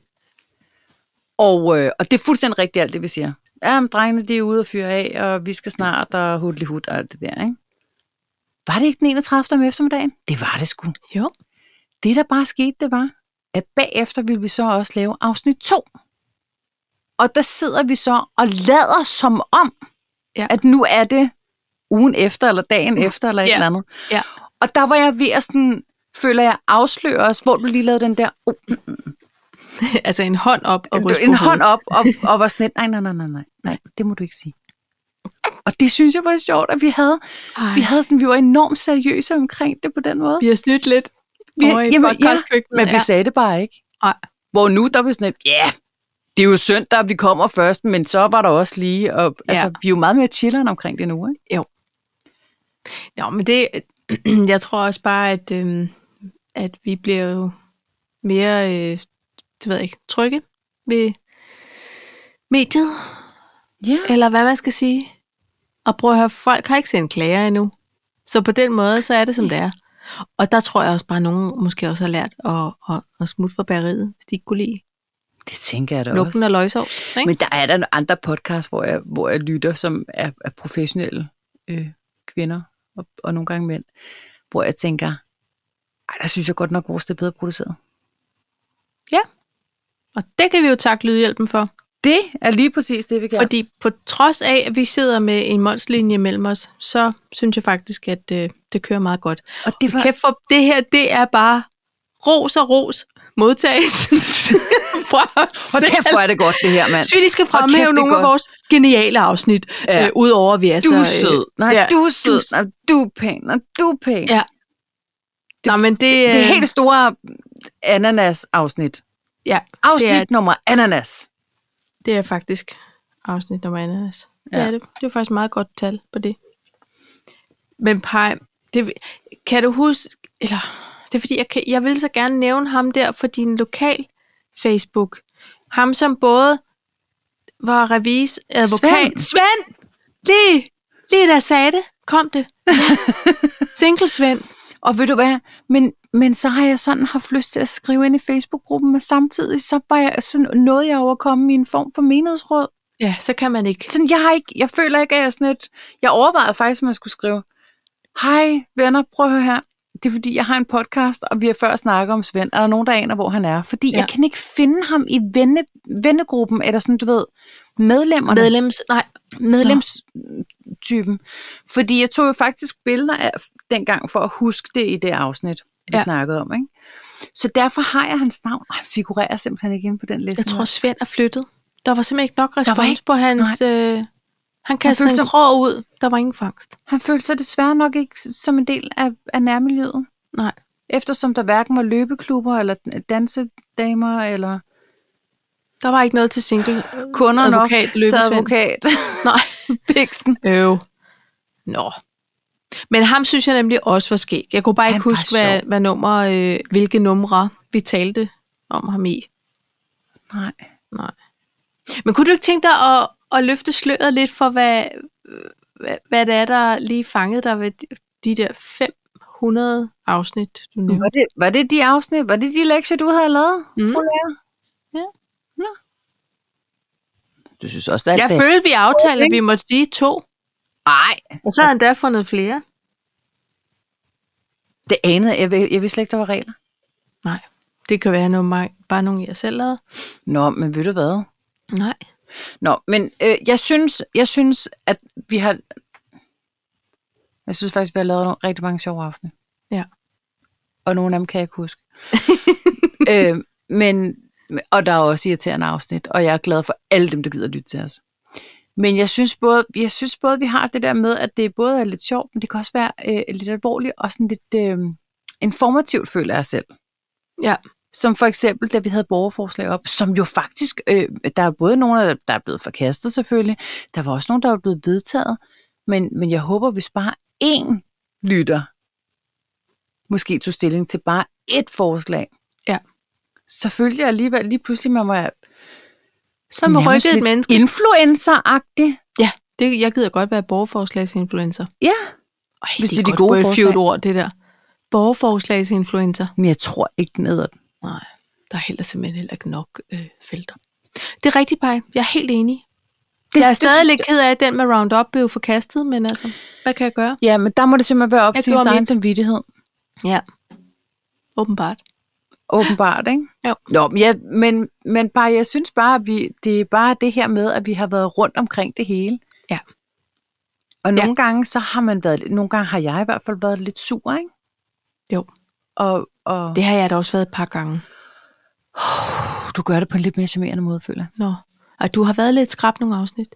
Speaker 2: Og, øh, og det er fuldstændig rigtigt alt det, vi siger. Ja, men drengene, de er ude og fyre af, og vi skal snart, og hudlig hud og alt det der, ikke? Var det ikke den 31. om eftermiddagen? Det var det sgu.
Speaker 1: Jo.
Speaker 2: Det, der bare skete, det var, at bagefter ville vi så også lave afsnit 2. Og der sidder vi så og lader som om,
Speaker 1: Ja.
Speaker 2: ja. at nu er det ugen efter, eller dagen efter, eller et
Speaker 1: Ja.
Speaker 2: eller andet.
Speaker 1: Ja.
Speaker 2: Og der var jeg ved at sådan, føler jeg, afsløre os, hvor du lige lavede den der, oh,
Speaker 1: altså en hånd op og
Speaker 2: en,
Speaker 1: ryste
Speaker 2: en hånd op og, og var sådan lidt, nej, nej, nej, nej, nej, nej, det må du ikke sige. Og det synes jeg var sjovt, at vi havde,
Speaker 1: Ej,
Speaker 2: vi havde sådan, vi var enormt seriøse omkring det på den måde.
Speaker 1: vi har snydt lidt vi, over i
Speaker 2: jamen,
Speaker 1: podcastkøkkenet.
Speaker 2: men vi
Speaker 1: ja.
Speaker 2: sagde det bare ikke.
Speaker 1: Nej.
Speaker 2: Hvor nu der er vi sådan lidt, ja, yeah, det er jo søndag, vi kommer først, men så var der også lige, og ja. altså,
Speaker 1: Ja.
Speaker 2: vi er jo meget mere chilleren omkring det nu, ikke?
Speaker 1: Nå, men det, jeg tror også bare, at, øhm, at vi bliver jo mere, øh, det ved jeg ikke, trygge ved mediet,
Speaker 2: Ja.
Speaker 1: eller hvad man skal sige. Og prøv at høre, folk har ikke sendt klager endnu. Så på den måde, så er det, som det er. Og der tror jeg også bare, at nogen måske også har lært at, at, at smutte fra bageriet, hvis de ikke kunne lide
Speaker 2: Det tænker jeg da også.
Speaker 1: lugten af løgsovs. Ikke?
Speaker 2: Men der er der andre podcasts, hvor jeg, hvor jeg lytter, som er, er professionelle øh, kvinder, og, og nogle gange mænd, hvor jeg tænker, ej, der synes jeg godt nok, vores det er bedre produceret.
Speaker 1: Og det kan vi jo takke lydhjælpen for.
Speaker 2: Det er lige præcis det, vi kan.
Speaker 1: Fordi på trods af, at vi sidder med en målslinje mellem os, så synes jeg faktisk, at øh, det kører meget godt.
Speaker 2: og det
Speaker 1: Kæft for, det her, det er bare ros og ros modtages. Prøv at
Speaker 2: Hold
Speaker 1: selv.
Speaker 2: kæft, hvor er det godt, det her, mand.
Speaker 1: Hvis vi lige skal
Speaker 2: Hold kæft,
Speaker 1: fremhæve
Speaker 2: det er
Speaker 1: nogle af
Speaker 2: godt.
Speaker 1: vores geniale afsnit, ja.
Speaker 2: Ja.
Speaker 1: øh, udover at vi er
Speaker 2: Du
Speaker 1: så...
Speaker 2: er sød. Altså, øh, Nej,
Speaker 1: ja,
Speaker 2: du er sød.
Speaker 1: du-
Speaker 2: Nej, du er pæn. Nej, du er pæn.
Speaker 1: Ja.
Speaker 2: Det-
Speaker 1: Nå, men det,
Speaker 2: Det er
Speaker 1: øh,
Speaker 2: helt store ananas-afsnit.
Speaker 1: Ja,
Speaker 2: Afsnit
Speaker 1: det er-
Speaker 2: nummer ananas.
Speaker 1: det er faktisk afsnit nummer andet. Altså. Det
Speaker 2: Ja.
Speaker 1: er det. Det er faktisk et meget godt tal på det. Men Pej, det, kan du huske... Eller, det er fordi, jeg, kan, jeg vil så gerne nævne ham der for din lokal Facebook. Ham, som både var revis, advokat...
Speaker 2: Svend.
Speaker 1: Svend! Lige, lige da jeg sagde det, kom det. Single Svend.
Speaker 2: Og ved du hvad, men, men så har jeg sådan haft lyst til at skrive ind i Facebook-gruppen, men samtidig så var jeg sådan noget, jeg overkomme i en form for menighedsråd.
Speaker 1: Ja, så kan man ikke.
Speaker 2: Sådan, jeg, har ikke, jeg føler ikke, at jeg er sådan et, jeg overvejede faktisk, om jeg skulle skrive, hej venner, prøv at høre her, det er fordi, jeg har en podcast, og vi har før snakket om Svend. Er der nogen, der aner, hvor han er? Fordi
Speaker 1: Ja.
Speaker 2: ja. jeg kan ikke finde ham i venne, vennegruppen, eller sådan, du ved, medlemmerne
Speaker 1: Medlems, nej,
Speaker 2: medlemstypen. Fordi jeg tog jo faktisk billeder af dengang for at huske det i det afsnit, vi
Speaker 1: Ja.
Speaker 2: ja. snakkede om. Ikke? Så derfor har jeg hans navn, og han figurerer simpelthen ikke inde på den liste.
Speaker 1: jeg tror, Svend er flyttet. Der var simpelthen ikke nok respons
Speaker 2: ikke-
Speaker 1: på hans... Øh, han kastede
Speaker 2: følte
Speaker 1: en
Speaker 2: sig-
Speaker 1: krog ud. Der var ingen fangst.
Speaker 2: Han følte sig desværre nok ikke som en del af, af nærmiljøet,
Speaker 1: Nej.
Speaker 2: eftersom der hverken var løbeklubber eller dansedamer eller
Speaker 1: Der var ikke noget til single
Speaker 2: kunder nok
Speaker 1: advokat,
Speaker 2: til
Speaker 1: løbesvend.
Speaker 2: advokat.
Speaker 1: Nej.
Speaker 2: Biksen.
Speaker 1: Øv. Nå. Men ham synes jeg nemlig også var skæg. Jeg kunne bare ikke
Speaker 2: Han var
Speaker 1: huske, hvad,
Speaker 2: sjov.
Speaker 1: hvad nummer, øh, hvilke numre vi talte om ham i.
Speaker 2: Nej.
Speaker 1: Men kunne du ikke tænke dig at, at løfte sløret lidt for, hvad, hvad, hvad det er, der lige fangede dig ved de- de der 500 afsnit, du nævnte?
Speaker 2: Var det, var det de afsnit, var det de lektier, du havde lavet,
Speaker 1: Mm.
Speaker 2: fru lærer?
Speaker 1: Ja.
Speaker 2: Nå. du synes også, at
Speaker 1: Jeg
Speaker 2: det...
Speaker 1: følte, vi aftalte, at vi måtte sige to.
Speaker 2: Ej,
Speaker 1: Og så har han da fundet flere.
Speaker 2: det anede jeg. Jeg, jeg vidste slet ikke, der var regler.
Speaker 1: Nej, det kan være noget, mig- bare nogen, jeg selv lavede.
Speaker 2: Nå, men ved du hvad?
Speaker 1: Nej.
Speaker 2: Nå, men øh, jeg, synes, jeg synes, at vi har... Jeg synes faktisk, vi har lavet nogle rigtig mange sjove aftener.
Speaker 1: Ja.
Speaker 2: Og nogle af dem kan jeg ikke huske. øh, men, og der er også irriterende afsnit, og jeg er glad for alle dem, der gider lytte til os. Men jeg synes, både, jeg synes både, vi har det der med, at det både er lidt sjovt, men det kan også være øh, lidt alvorligt og sådan lidt øh, informativt, føler jeg selv.
Speaker 1: Ja.
Speaker 2: Som for eksempel, da vi havde borgerforslag op, som jo faktisk, øh, der er både nogle, der- der er blevet forkastet selvfølgelig, der var også nogle, der er blevet vedtaget, men, men jeg håber, hvis bare én lytter måske tog stilling til bare ét forslag,
Speaker 1: Ja.
Speaker 2: så følte jeg alligevel lige pludselig, man var
Speaker 1: Så må
Speaker 2: nærmest
Speaker 1: rykke et
Speaker 2: lidt
Speaker 1: menneske.
Speaker 2: influencer-agtig.
Speaker 1: Ja, det, jeg gider godt være borgerforslagsinfluencer.
Speaker 2: Ja,
Speaker 1: Ej,
Speaker 2: Hvis det er de gode forslag.
Speaker 1: ord, det der. Borgerforslagsinfluencer.
Speaker 2: men jeg tror ikke, den æder den.
Speaker 1: Nej, der er heller simpelthen heller ikke nok øh, felter. Det er rigtigt, Paj. Jeg er helt enig. Det, jeg er stadig det, lidt ked af, at den med Roundup blev forkastet, men altså, hvad kan jeg gøre?
Speaker 2: Ja, men der må det simpelthen være op
Speaker 1: Jeg
Speaker 2: til ens
Speaker 1: gjorde
Speaker 2: egen
Speaker 1: mit.
Speaker 2: samvittighed.
Speaker 1: Ja. Åbenbart.
Speaker 2: åbenbart, ikke?
Speaker 1: Jo.
Speaker 2: Nå, men, ja, men, men bare, jeg synes bare, at vi, det er bare det her med, at vi har været rundt omkring det hele.
Speaker 1: Ja.
Speaker 2: Og
Speaker 1: Ja.
Speaker 2: nogle gange, så har man været, lidt- nogle gange har jeg i hvert fald været lidt sur, ikke?
Speaker 1: Jo.
Speaker 2: Og, og
Speaker 1: Det har jeg da også været et par gange.
Speaker 2: det. du gør det på en lidt mere charmerende måde, føler jeg.
Speaker 1: Nå. Og du har været lidt skrab nogle afsnit.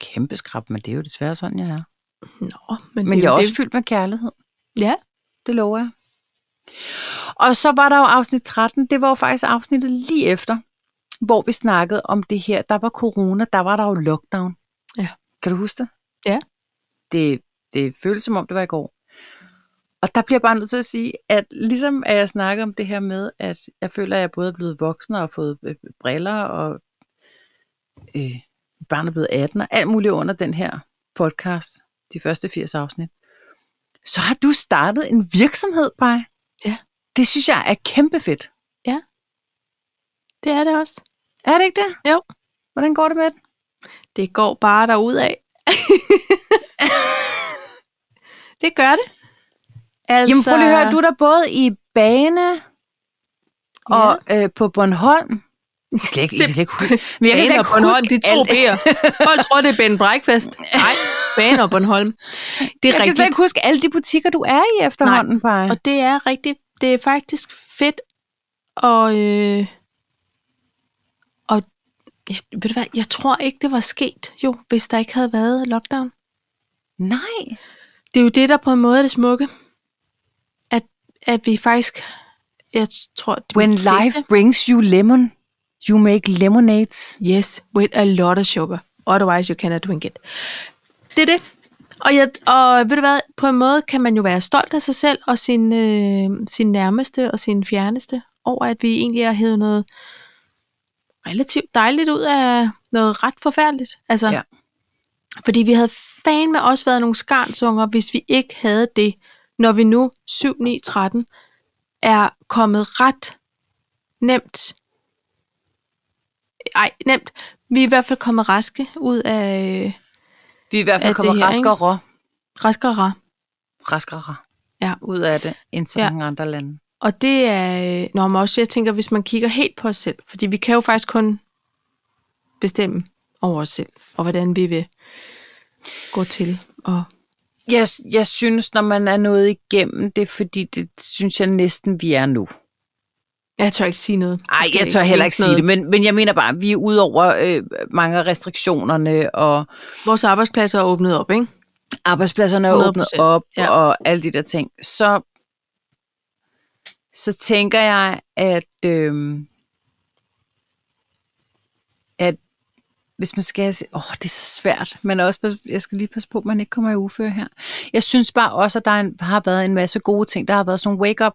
Speaker 2: Kæmpe skrab, men det er jo desværre sådan, jeg er.
Speaker 1: Nå, men, det,
Speaker 2: Men jeg er
Speaker 1: jo
Speaker 2: også
Speaker 1: det,
Speaker 2: fyldt med kærlighed.
Speaker 1: Ja,
Speaker 2: Det lover jeg. Og så var der jo afsnit 13. Det var jo faktisk afsnittet lige efter, hvor vi snakkede om det her. Der var corona, der var der jo lockdown.
Speaker 1: Ja.
Speaker 2: Kan du huske det?
Speaker 1: Ja.
Speaker 2: Det, det føles som om, det var i går. Og der bliver jeg bare nødt til at sige, at ligesom at jeg snakker om det her med, at jeg føler, at jeg både er blevet voksen og har fået øh, briller, og øh, barnet er blevet 18, og alt muligt under den her podcast, de første 80 afsnit så har du startet en virksomhed, Paj.
Speaker 1: Ja.
Speaker 2: Det synes jeg er kæmpe fedt.
Speaker 1: det er det også.
Speaker 2: Er det ikke det?
Speaker 1: Jo.
Speaker 2: Hvordan går det med den?
Speaker 1: Det går bare derud af. det gør det. Altså,
Speaker 2: Jamen prøv lige at høre, du er der både i bane og ja. øh, på Bornholm. Jeg kan slet ikke, jeg kan slet ikke, hu- men jeg kan
Speaker 1: Baner
Speaker 2: slet ikke
Speaker 1: og Bornholm,
Speaker 2: huske
Speaker 1: de to
Speaker 2: alt-
Speaker 1: B'er. Folk tror, det er Ben Breakfast. Nej, Baner og Bornholm. Det er
Speaker 2: Jeg kan slet
Speaker 1: rigtigt.
Speaker 2: ikke huske alle de butikker, du er i efterhånden, Paj.
Speaker 1: Og det er rigtigt. Det er faktisk fedt. Og, øh, og jeg, ved du hvad, jeg tror ikke, det var sket, jo, hvis der ikke havde været lockdown.
Speaker 2: Nej.
Speaker 1: Det er jo det, der på en måde er det smukke. At, at vi faktisk, jeg tror... det
Speaker 2: When
Speaker 1: de fleste-
Speaker 2: life brings you lemon, you make lemonades.
Speaker 1: Yes, with a lot of sugar. Otherwise you cannot drink it. Det er det. Og, jeg, og ved du hvad, på en måde kan man jo være stolt af sig selv og sin, øh, sin nærmeste og sin fjerneste over, at vi egentlig har hævet noget relativt dejligt ud af noget ret forfærdeligt. Altså,
Speaker 2: Ja.
Speaker 1: ja. Fordi vi havde fandme også været nogle skarnsunger, hvis vi ikke havde det, når vi nu 7, 9, 13 er kommet ret nemt ej, nemt. Vi er i hvert fald kommet raske ud af øh,
Speaker 2: Vi er i hvert
Speaker 1: Er
Speaker 2: fald
Speaker 1: det
Speaker 2: kommet
Speaker 1: her, ikke?
Speaker 2: raskere,
Speaker 1: raskere.
Speaker 2: raskere
Speaker 1: Ja.
Speaker 2: ud af det, end så
Speaker 1: Ja.
Speaker 2: mange andre lande.
Speaker 1: Og det er... øh, Nå, men også, jeg tænker, hvis man kigger helt på os selv, fordi vi kan jo faktisk kun bestemme over os selv, og hvordan vi vil gå til. Og
Speaker 2: Jeg, jeg synes, når man er nået igennem det, fordi det synes jeg næsten, vi er nu.
Speaker 1: jeg tør ikke sige noget.
Speaker 2: Nej,
Speaker 1: skal
Speaker 2: jeg tør heller ikke
Speaker 1: mene
Speaker 2: sige det,
Speaker 1: sådan
Speaker 2: men, men jeg mener bare, at vi er ude over øh, mange af restriktionerne, og
Speaker 1: noget. Vores arbejdspladser er åbnet op, ikke?
Speaker 2: arbejdspladserne er
Speaker 1: 100%,
Speaker 2: åbnet op, ja.
Speaker 1: ja.
Speaker 2: og alle de der ting. Så, så tænker jeg, at, øh, at hvis man skal... Åh, det er så svært, men også, pas- jeg skal lige passe på, at man ikke kommer i uføre her. Jeg synes bare også, at der er en, har været en masse gode ting. Der har været sådan wake-up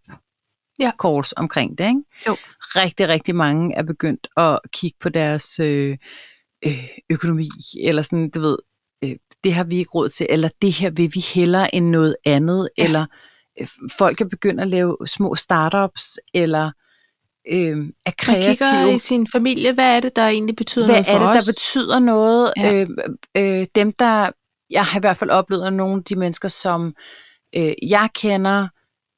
Speaker 1: Ja.
Speaker 2: calls omkring det, ikke?
Speaker 1: Jo.
Speaker 2: Rigtig, rigtig mange er begyndt at kigge på deres øh, øh, økonomi, eller sådan, du ved, øh, det har vi ikke råd til, eller det her vil vi hellere end noget andet, ja.
Speaker 1: Ja.
Speaker 2: eller øh, folk er begyndt at lave små startups, eller øh, er
Speaker 1: Man kigger
Speaker 2: kreative.
Speaker 1: i sin familie, hvad er det, der egentlig betyder
Speaker 2: Hvad
Speaker 1: noget for
Speaker 2: er det, der
Speaker 1: os?
Speaker 2: betyder noget?
Speaker 1: Ja.
Speaker 2: Ja. Øh, øh, dem, der... Jeg har i hvert fald oplevet, at nogle af de mennesker, som øh, jeg kender,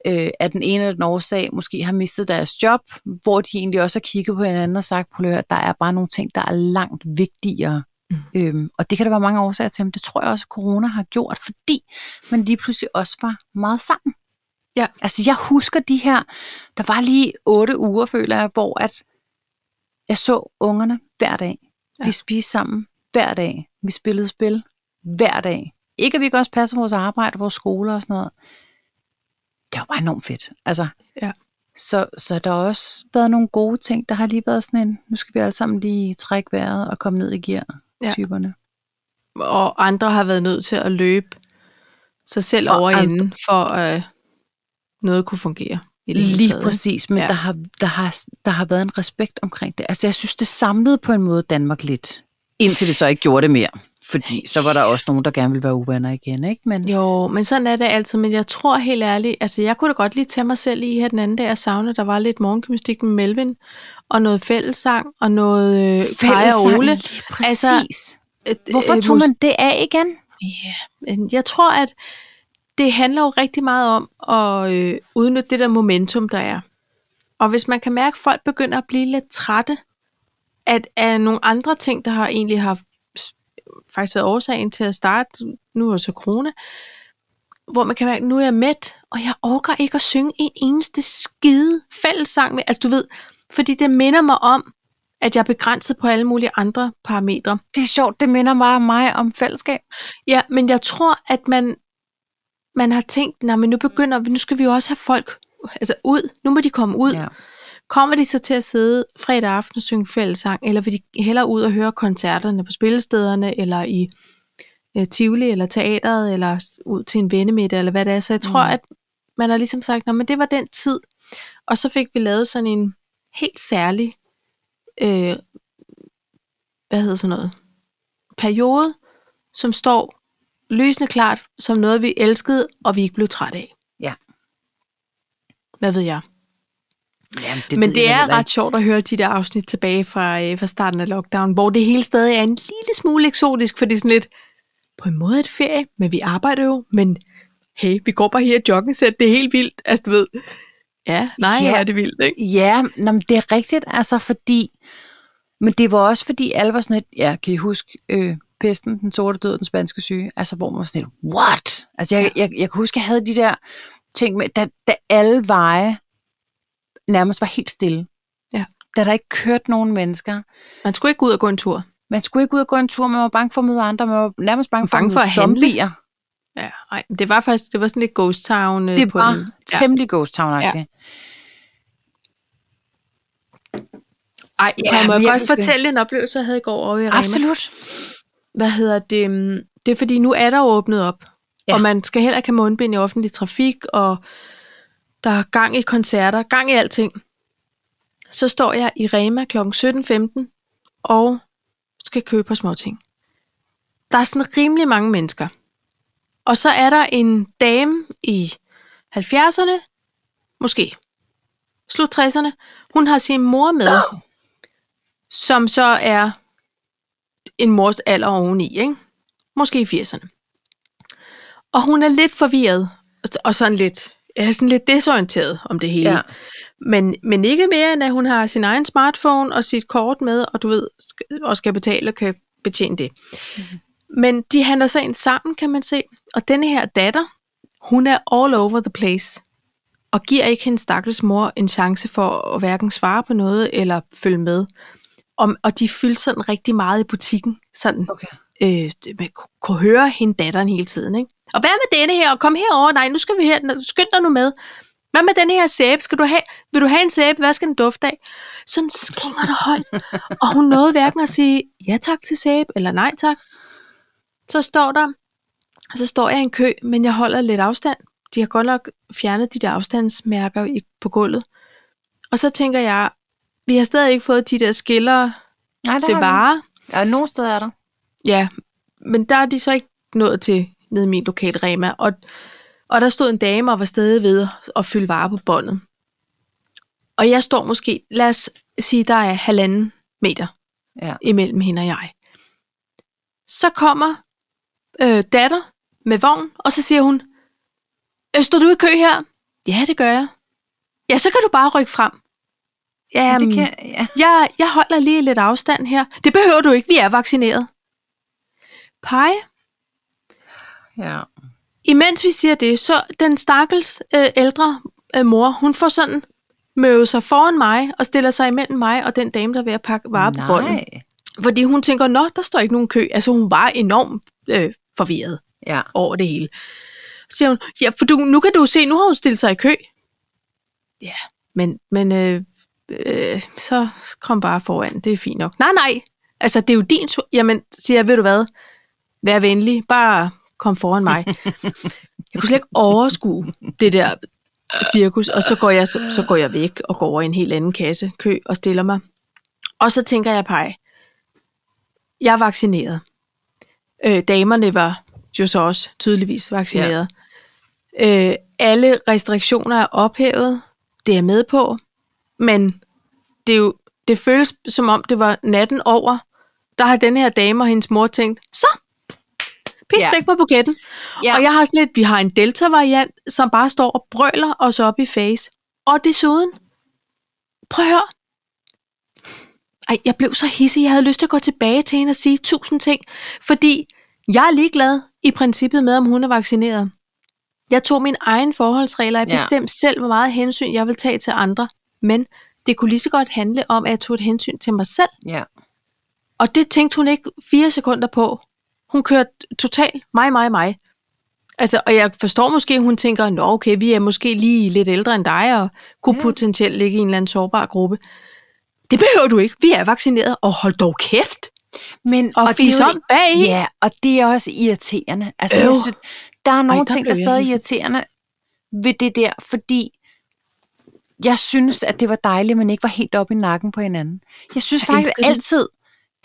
Speaker 2: øh, af den ene eller den årsag, måske har mistet deres job, hvor de egentlig også har kigget på hinanden og sagt, prøv at høre, der er bare nogle ting, der er langt vigtigere.
Speaker 1: Mm.
Speaker 2: Mm. Øhm, og det kan der være mange årsager til, men det tror jeg også, at corona har gjort, fordi man lige pludselig også var meget sammen.
Speaker 1: Ja.
Speaker 2: Altså, jeg husker de her, der var lige otte uger, føler jeg, hvor at jeg så ungerne hver dag.
Speaker 1: Ja.
Speaker 2: Ja. Vi spiste sammen hver dag. Vi spillede spil hver dag. Ikke at vi ikke også passer vores arbejde, vores skole og sådan noget. Det var bare enormt fedt. Altså,
Speaker 1: Ja.
Speaker 2: så, så der har også været nogle gode ting. Der har lige været sådan en, nu skal vi alle sammen lige trække vejret og komme ned i gear,
Speaker 1: Ja.
Speaker 2: ja. typerne.
Speaker 1: og andre har været nødt til at løbe sig selv
Speaker 2: Og
Speaker 1: over i
Speaker 2: andre-
Speaker 1: enden, for at øh, noget kunne fungere. I det hele
Speaker 2: Lige
Speaker 1: taget.
Speaker 2: præcis, men
Speaker 1: Ja.
Speaker 2: ja. der, har, der, har, der har været en respekt omkring det. Altså, jeg synes, det samlede på en måde Danmark lidt, indtil det så ikke gjorde det mere. Fordi så var der også nogen, der gerne ville være uvenner igen, ikke? Men
Speaker 1: Jo, men sådan er det altid. Men jeg tror helt ærligt, altså jeg kunne da godt lige tage mig selv i her den anden dag og savne, der var lidt morgengymnastik med Melvin, og noget fællessang, og noget øh, Kaja og
Speaker 2: Fællessang,
Speaker 1: Ole.
Speaker 2: lige
Speaker 1: Altså,
Speaker 2: Præcis.
Speaker 1: Et,
Speaker 2: Hvorfor
Speaker 1: øh,
Speaker 2: tog
Speaker 1: mus-
Speaker 2: man det af igen?
Speaker 1: Ja, men jeg tror, at det handler jo rigtig meget om at øh, udnytte det der momentum, der er. Og hvis man kan mærke, at folk begynder at blive lidt trætte at af nogle andre ting, der har egentlig har s- faktisk været årsagen til at starte, nu er det så corona, hvor man kan mærke, at nu er jeg mæt, og jeg orker ikke at synge en eneste skide fællessang med. Altså du ved, fordi det minder mig om, at jeg er begrænset på alle mulige andre parametre.
Speaker 2: Det er sjovt, det minder meget mig om fællesskab.
Speaker 1: Ja, men jeg tror, at man, man har tænkt, nej, men nu begynder, nu skal vi jo også have folk altså ud. Nu må de komme ud. Ja.
Speaker 2: Ja.
Speaker 1: Kommer de så til at sidde fredag aften og synge fællesang, eller vil de hellere ud og høre koncerterne på spillestederne, eller i øh, Tivoli, eller teateret, eller s- ud til en vennemiddag, eller hvad det er. Så jeg tror,
Speaker 2: Mm.
Speaker 1: at man har ligesom sagt, nej, men det var den tid. Og så fik vi lavet sådan en helt særlig, øh, hvad hedder sådan noget, periode, som står lysende klart som noget, vi elskede, og vi ikke blev træt af.
Speaker 2: Ja.
Speaker 1: Hvad ved jeg?
Speaker 2: Jamen,
Speaker 1: Det
Speaker 2: ved
Speaker 1: Men det
Speaker 2: jeg
Speaker 1: er
Speaker 2: heller
Speaker 1: ret sjovt at høre de der afsnit tilbage fra, øh, fra starten af lockdown, hvor det hele stadig er en lille smule eksotisk, fordi sådan lidt, på en måde er det ferie, men vi arbejder jo, men hey, vi går bare her i joggingsæt, det er helt vildt, altså du ved, ja, nej,
Speaker 2: Ja.
Speaker 1: ja. er det vildt, ikke?
Speaker 2: ikke. Ja, nå, men det er rigtigt, altså fordi... Men det var også fordi, alle var sådan lidt, ja, kan I huske øh, pesten, den sorte død og den spanske syge? Altså, hvor man var sådan lidt, what? Altså, jeg, jeg, jeg kan huske, jeg havde de der ting med, da, da alle veje nærmest var helt stille.
Speaker 1: Ja.
Speaker 2: Da der ikke kørte nogen mennesker.
Speaker 1: Man skulle ikke ud og gå en tur.
Speaker 2: Man skulle ikke ud og gå en tur, man var bange for at møde andre, man var nærmest bange,
Speaker 1: Bange
Speaker 2: for
Speaker 1: for
Speaker 2: at møde
Speaker 1: at handle.
Speaker 2: zombier.
Speaker 1: Ja, nej, det var faktisk, det var sådan lidt ghost town øh,
Speaker 2: Det
Speaker 1: på
Speaker 2: var
Speaker 1: en, ja.
Speaker 2: temmelig ghost town ja.
Speaker 1: Ej,
Speaker 2: Ja,
Speaker 1: ja, jeg må
Speaker 2: virkelig
Speaker 1: jeg godt
Speaker 2: skønt.
Speaker 1: fortælle en oplevelse, jeg havde i går over i Rema.
Speaker 2: Absolut.
Speaker 1: hvad hedder det, mm, det er fordi, nu er der jo åbnet op, ja.
Speaker 2: Ja.
Speaker 1: og man skal heller ikke have mundbind i offentlig trafik, og der er gang i koncerter, gang i alting. Så står jeg i Rema kl. 17.15 og skal købe på småting. Der er sådan rimelig mange mennesker. Og så er der en dame i 70'erne, måske slut 60'erne, hun har sin mor med, som så er en mors alder oveni, ikke? Måske i 80'erne. Og hun er lidt forvirret, og sådan lidt, er sådan lidt desorienteret om det hele.
Speaker 2: Ja.
Speaker 1: Men, men ikke mere, end at hun har sin egen smartphone og sit kort med, og du ved, sk- og skal betale og kan betjene det. Mm-hmm. Men de handler så ind sammen, kan man se. Og denne her datter, hun er all over the place. Og giver ikke hendes stakkels mor en chance for at hverken svare på noget eller følge med. Og, og de fyldte sådan rigtig meget i butikken. Sådan
Speaker 2: Okay.
Speaker 1: øh, det- man ku- kunne høre hende datteren hele tiden. Ikke? Og hvad med denne her? Og kom herover. Nej, nu skal vi her. Nå, Skynd dig nu med. Hvad med den her sæbe? Skal du have, vil du have en sæbe? Hvad skal den dufte af? Sådan skinger det højt. Og hun nåede hverken at sige ja tak til sæbe, eller nej tak. Så står der, så står jeg i en kø, men jeg holder lidt afstand. De har godt nok fjernet de der afstandsmærker i- på gulvet. Og så tænker jeg, vi har stadig ikke fået de der skiller
Speaker 2: Nej,
Speaker 1: til varer.
Speaker 2: Ja, nogle steder er der.
Speaker 1: Ja, men der er de så ikke nået til nede i min lokale Rema. Og, og der stod en dame og var stadig ved at fylde varer på båndet. Og jeg står måske, lad os sige, der er halvanden meter
Speaker 2: Ja.
Speaker 1: imellem hende og jeg. Så kommer øh, datter med vogn, og så siger hun, "Øh, står du i kø her? Ja, det gør jeg. Ja, så kan du bare rykke frem. Ja,
Speaker 2: det kan, ja.
Speaker 1: jeg, jeg holder lige lidt afstand her. Det behøver du ikke, vi er vaccineret. Pege.
Speaker 2: ja.
Speaker 1: Imens vi siger det, så den stakkels øh, ældre øh, mor, hun får sådan møde sig foran mig og stiller sig imellem mig og den dame, der er ved at pakke varer på bolden.
Speaker 2: Nej.
Speaker 1: Fordi hun tænker, nå, der står ikke nogen kø. Altså hun var enormt øh, forvirret
Speaker 2: Ja.
Speaker 1: over det hele. Så siger hun, ja, for du, nu kan du se, nu har hun stillet sig i kø. Ja, men, men øh, øh, så kom bare foran, det er fint nok. Nej, nej, altså det er jo din tur. Jamen, siger jeg, ved du hvad, vær venlig, bare kom foran mig. jeg kunne slet ikke overskue det der cirkus, og så går jeg, så, så går jeg væk og går over i en helt anden kasse, kø og stiller mig. Og så tænker jeg, pej, jeg er vaccineret. Øh, damerne var jo så også tydeligvis vaccineret. Ja. Øh, alle restriktioner er ophævet. Det er jeg med på. Men det, er jo, det føles som om, det var natten over. Der har den her dame og hendes mor tænkt, så, pis
Speaker 2: Ja.
Speaker 1: ja. væk med buketten.
Speaker 2: Ja.
Speaker 1: Ja. Og jeg har sådan lidt, vi har en delta-variant, som bare står og brøler os op i face. Og desuden, prøv at høre. Ej, jeg blev så hissig, jeg havde lyst til at gå tilbage til hende og sige tusind ting. Fordi jeg er ligeglad i princippet med, om hun er vaccineret. Jeg tog min egen forholdsregler, jeg
Speaker 2: Ja.
Speaker 1: bestemte selv, hvor meget hensyn jeg vil tage til andre. Men det kunne lige så godt handle om, at jeg tog et hensyn til mig selv.
Speaker 2: Ja.
Speaker 1: Og det tænkte hun ikke fire sekunder på. Hun kørte totalt mig, mig, mig. Altså, og jeg forstår måske, at hun tænker, nå okay, vi er måske lige lidt ældre end dig, og kunne
Speaker 2: Ja.
Speaker 1: ja. potentielt ligge i en eller anden sårbar gruppe. Det behøver du ikke. Vi er vaccineret, og hold dog kæft,
Speaker 2: Men,
Speaker 1: og, og
Speaker 2: det er
Speaker 1: fis
Speaker 2: jo-
Speaker 1: om bag. Ja.
Speaker 2: Ja, og det er også irriterende. Altså,
Speaker 1: Øv.
Speaker 2: jeg synes, der er nogle
Speaker 1: der
Speaker 2: ting, der
Speaker 1: blev
Speaker 2: er
Speaker 1: jeg ligesom-
Speaker 2: stadig
Speaker 1: hissig.
Speaker 2: irriterende ved det der, fordi jeg synes, at det var dejligt, at man ikke var helt oppe i nakken på hinanden. Jeg synes
Speaker 1: Jeg
Speaker 2: faktisk
Speaker 1: elsker det.
Speaker 2: altid,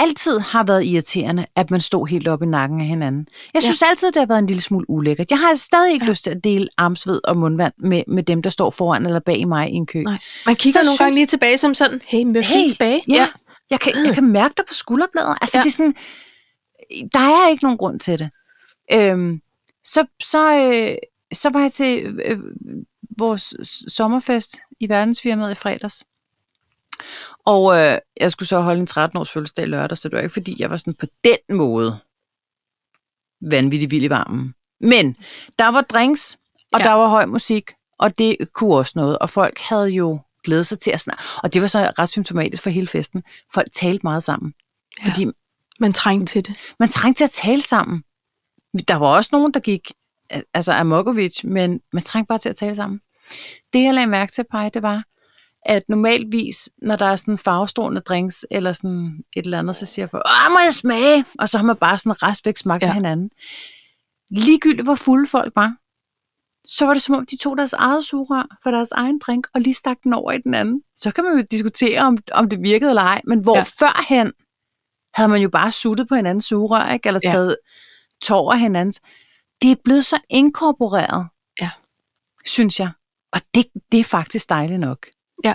Speaker 2: altid har været irriterende, at man stod helt oppe i nakken af hinanden. Jeg
Speaker 1: Ja.
Speaker 2: synes altid, det har været en lille smule ulækkert. Jeg har stadig ikke
Speaker 1: Ja.
Speaker 2: lyst til at dele armsved og mundvand med, med dem, der står foran eller bag mig i en kø.
Speaker 1: Nej. Man kigger
Speaker 2: Så
Speaker 1: så nogle
Speaker 2: synes-
Speaker 1: gange lige tilbage som sådan, hey, møf hey. lige tilbage.
Speaker 2: Ja, ja. Jeg, kan, jeg kan mærke dig på skulderbladet. Altså, ja.
Speaker 1: Ja.
Speaker 2: det er sådan, der er ikke nogen grund til det. Øhm, så, så, øh, så var jeg til øh, vores s- sommerfest i verdensfirmaet i fredags. Og øh, jeg skulle så holde en 13-års fødselsdag lørdag, så det var ikke fordi, jeg var sådan på den måde vanvittig vild i varmen. Men der var drinks, og ja.
Speaker 1: Ja.
Speaker 2: der var høj musik, og det kunne også noget. Og folk havde jo glædet sig til at snakke. Og det var så ret symptomatisk for hele festen. Folk talte meget sammen. Ja.
Speaker 1: Ja.
Speaker 2: Fordi
Speaker 1: Man trængte til det.
Speaker 2: man trængte til at tale sammen. Der var også nogen, der gik øh, altså Amokovic, men man trængte bare til at tale sammen. Det, jeg lagde mærke til, Paj, det var, at normalvis, når der er sådan farvestrålende drinks, eller sådan et eller andet, så siger folk, åh, må jeg smage? Og så har man bare sådan rest væk smagt ja.
Speaker 1: Ja.
Speaker 2: hinanden. Ligegyldigt, hvor fulde folk var, så var det som om, de tog deres eget sugerør for deres egen drink, og lige stak den over i den anden. Så kan man jo diskutere, om, om det virkede eller ej, men hvor ja.
Speaker 1: Ja.
Speaker 2: førhen havde man jo bare suttet på hinandens sugerør, ikke? eller
Speaker 1: Ja.
Speaker 2: taget tår af hinandens. Det er blevet så inkorporeret,
Speaker 1: Ja.
Speaker 2: synes jeg. Og det, det er faktisk dejligt nok.
Speaker 1: Ja.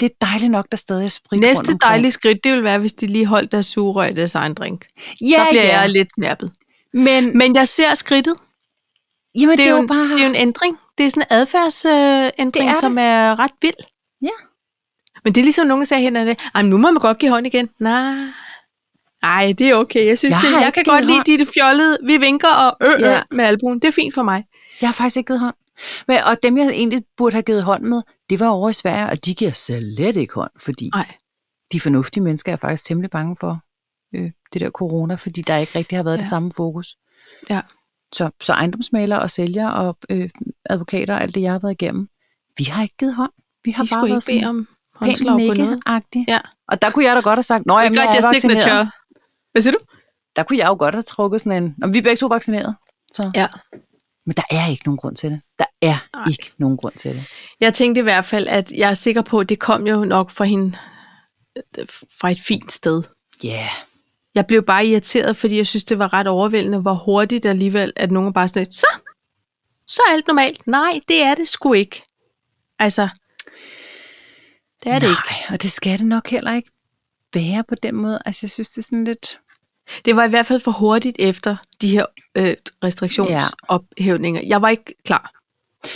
Speaker 2: Det er dejligt nok, der stadig er sprit rundt
Speaker 1: Næste
Speaker 2: omkring.
Speaker 1: dejlige skridt, det ville være, hvis de lige holdt deres sugerøg i deres egen drink.
Speaker 2: ja,
Speaker 1: der bliver
Speaker 2: ja.
Speaker 1: jeg lidt snappet.
Speaker 2: Men,
Speaker 1: Men jeg ser skridtet.
Speaker 2: jamen,
Speaker 1: det, er jo en,
Speaker 2: bare...
Speaker 1: det er jo en ændring. Det er sådan en adfærdsændring, øh, ændring,
Speaker 2: det.
Speaker 1: som er ret vild.
Speaker 2: Ja.
Speaker 1: Men det er ligesom nogen sagde hen ad det. Ej, men nu må man godt give hånd igen. Nej. Nej, det er okay. Jeg synes,
Speaker 2: Jeg
Speaker 1: jeg,
Speaker 2: har
Speaker 1: det, jeg
Speaker 2: ikke
Speaker 1: kan
Speaker 2: givet
Speaker 1: godt lide dit fjollede. Vi vinker og ø, ø
Speaker 2: Ja.
Speaker 1: ja. med albuen. Det er fint for mig.
Speaker 2: Jeg har faktisk ikke givet hånd. Men, og dem, jeg egentlig burde have givet hånd med, det var over i Sverige, og de giver slet ikke hånd, fordi
Speaker 1: Nej.
Speaker 2: de fornuftige mennesker er faktisk temmelig bange for øh, det der corona, fordi der ikke rigtig har været ja. det
Speaker 1: Ja.
Speaker 2: samme fokus.
Speaker 1: Ja.
Speaker 2: Så, så ejendomsmalere og sælgere og øh, advokater og alt det, jeg har været igennem, vi har ikke givet hånd. Vi har
Speaker 1: De
Speaker 2: bare
Speaker 1: skulle
Speaker 2: været
Speaker 1: ikke bede
Speaker 2: sådan
Speaker 1: om håndslag
Speaker 2: pænt
Speaker 1: på noget.
Speaker 2: nikke
Speaker 1: Ja.
Speaker 2: Og der kunne jeg da godt have sagt, nå, jamen,
Speaker 1: Vi gør
Speaker 2: jeg er
Speaker 1: just
Speaker 2: vaccineret.
Speaker 1: signature. Hvad siger du?
Speaker 2: Der kunne jeg jo godt have trukket sådan en, om vi er begge to vaccineret. Så.
Speaker 1: Ja.
Speaker 2: Men der er ikke nogen grund til det. Der er
Speaker 1: Nej.
Speaker 2: ikke nogen grund til det.
Speaker 1: Jeg tænkte i hvert fald, at jeg er sikker på, at det kom jo nok fra hende øh, fra et fint sted.
Speaker 2: Ja. Yeah.
Speaker 1: Jeg blev bare irriteret, fordi jeg synes, det var ret overvældende, hvor hurtigt alligevel, at nogen bare sådan lidt, så, så er alt normalt. Nej, det er det sgu ikke. Altså, Det er det ikke.
Speaker 2: Nej, og det skal det nok heller ikke være på den måde. Altså, jeg synes, det er sådan lidt...
Speaker 1: Det var i hvert fald for hurtigt efter de her øh, restriktionsophævninger. Jeg var ikke klar.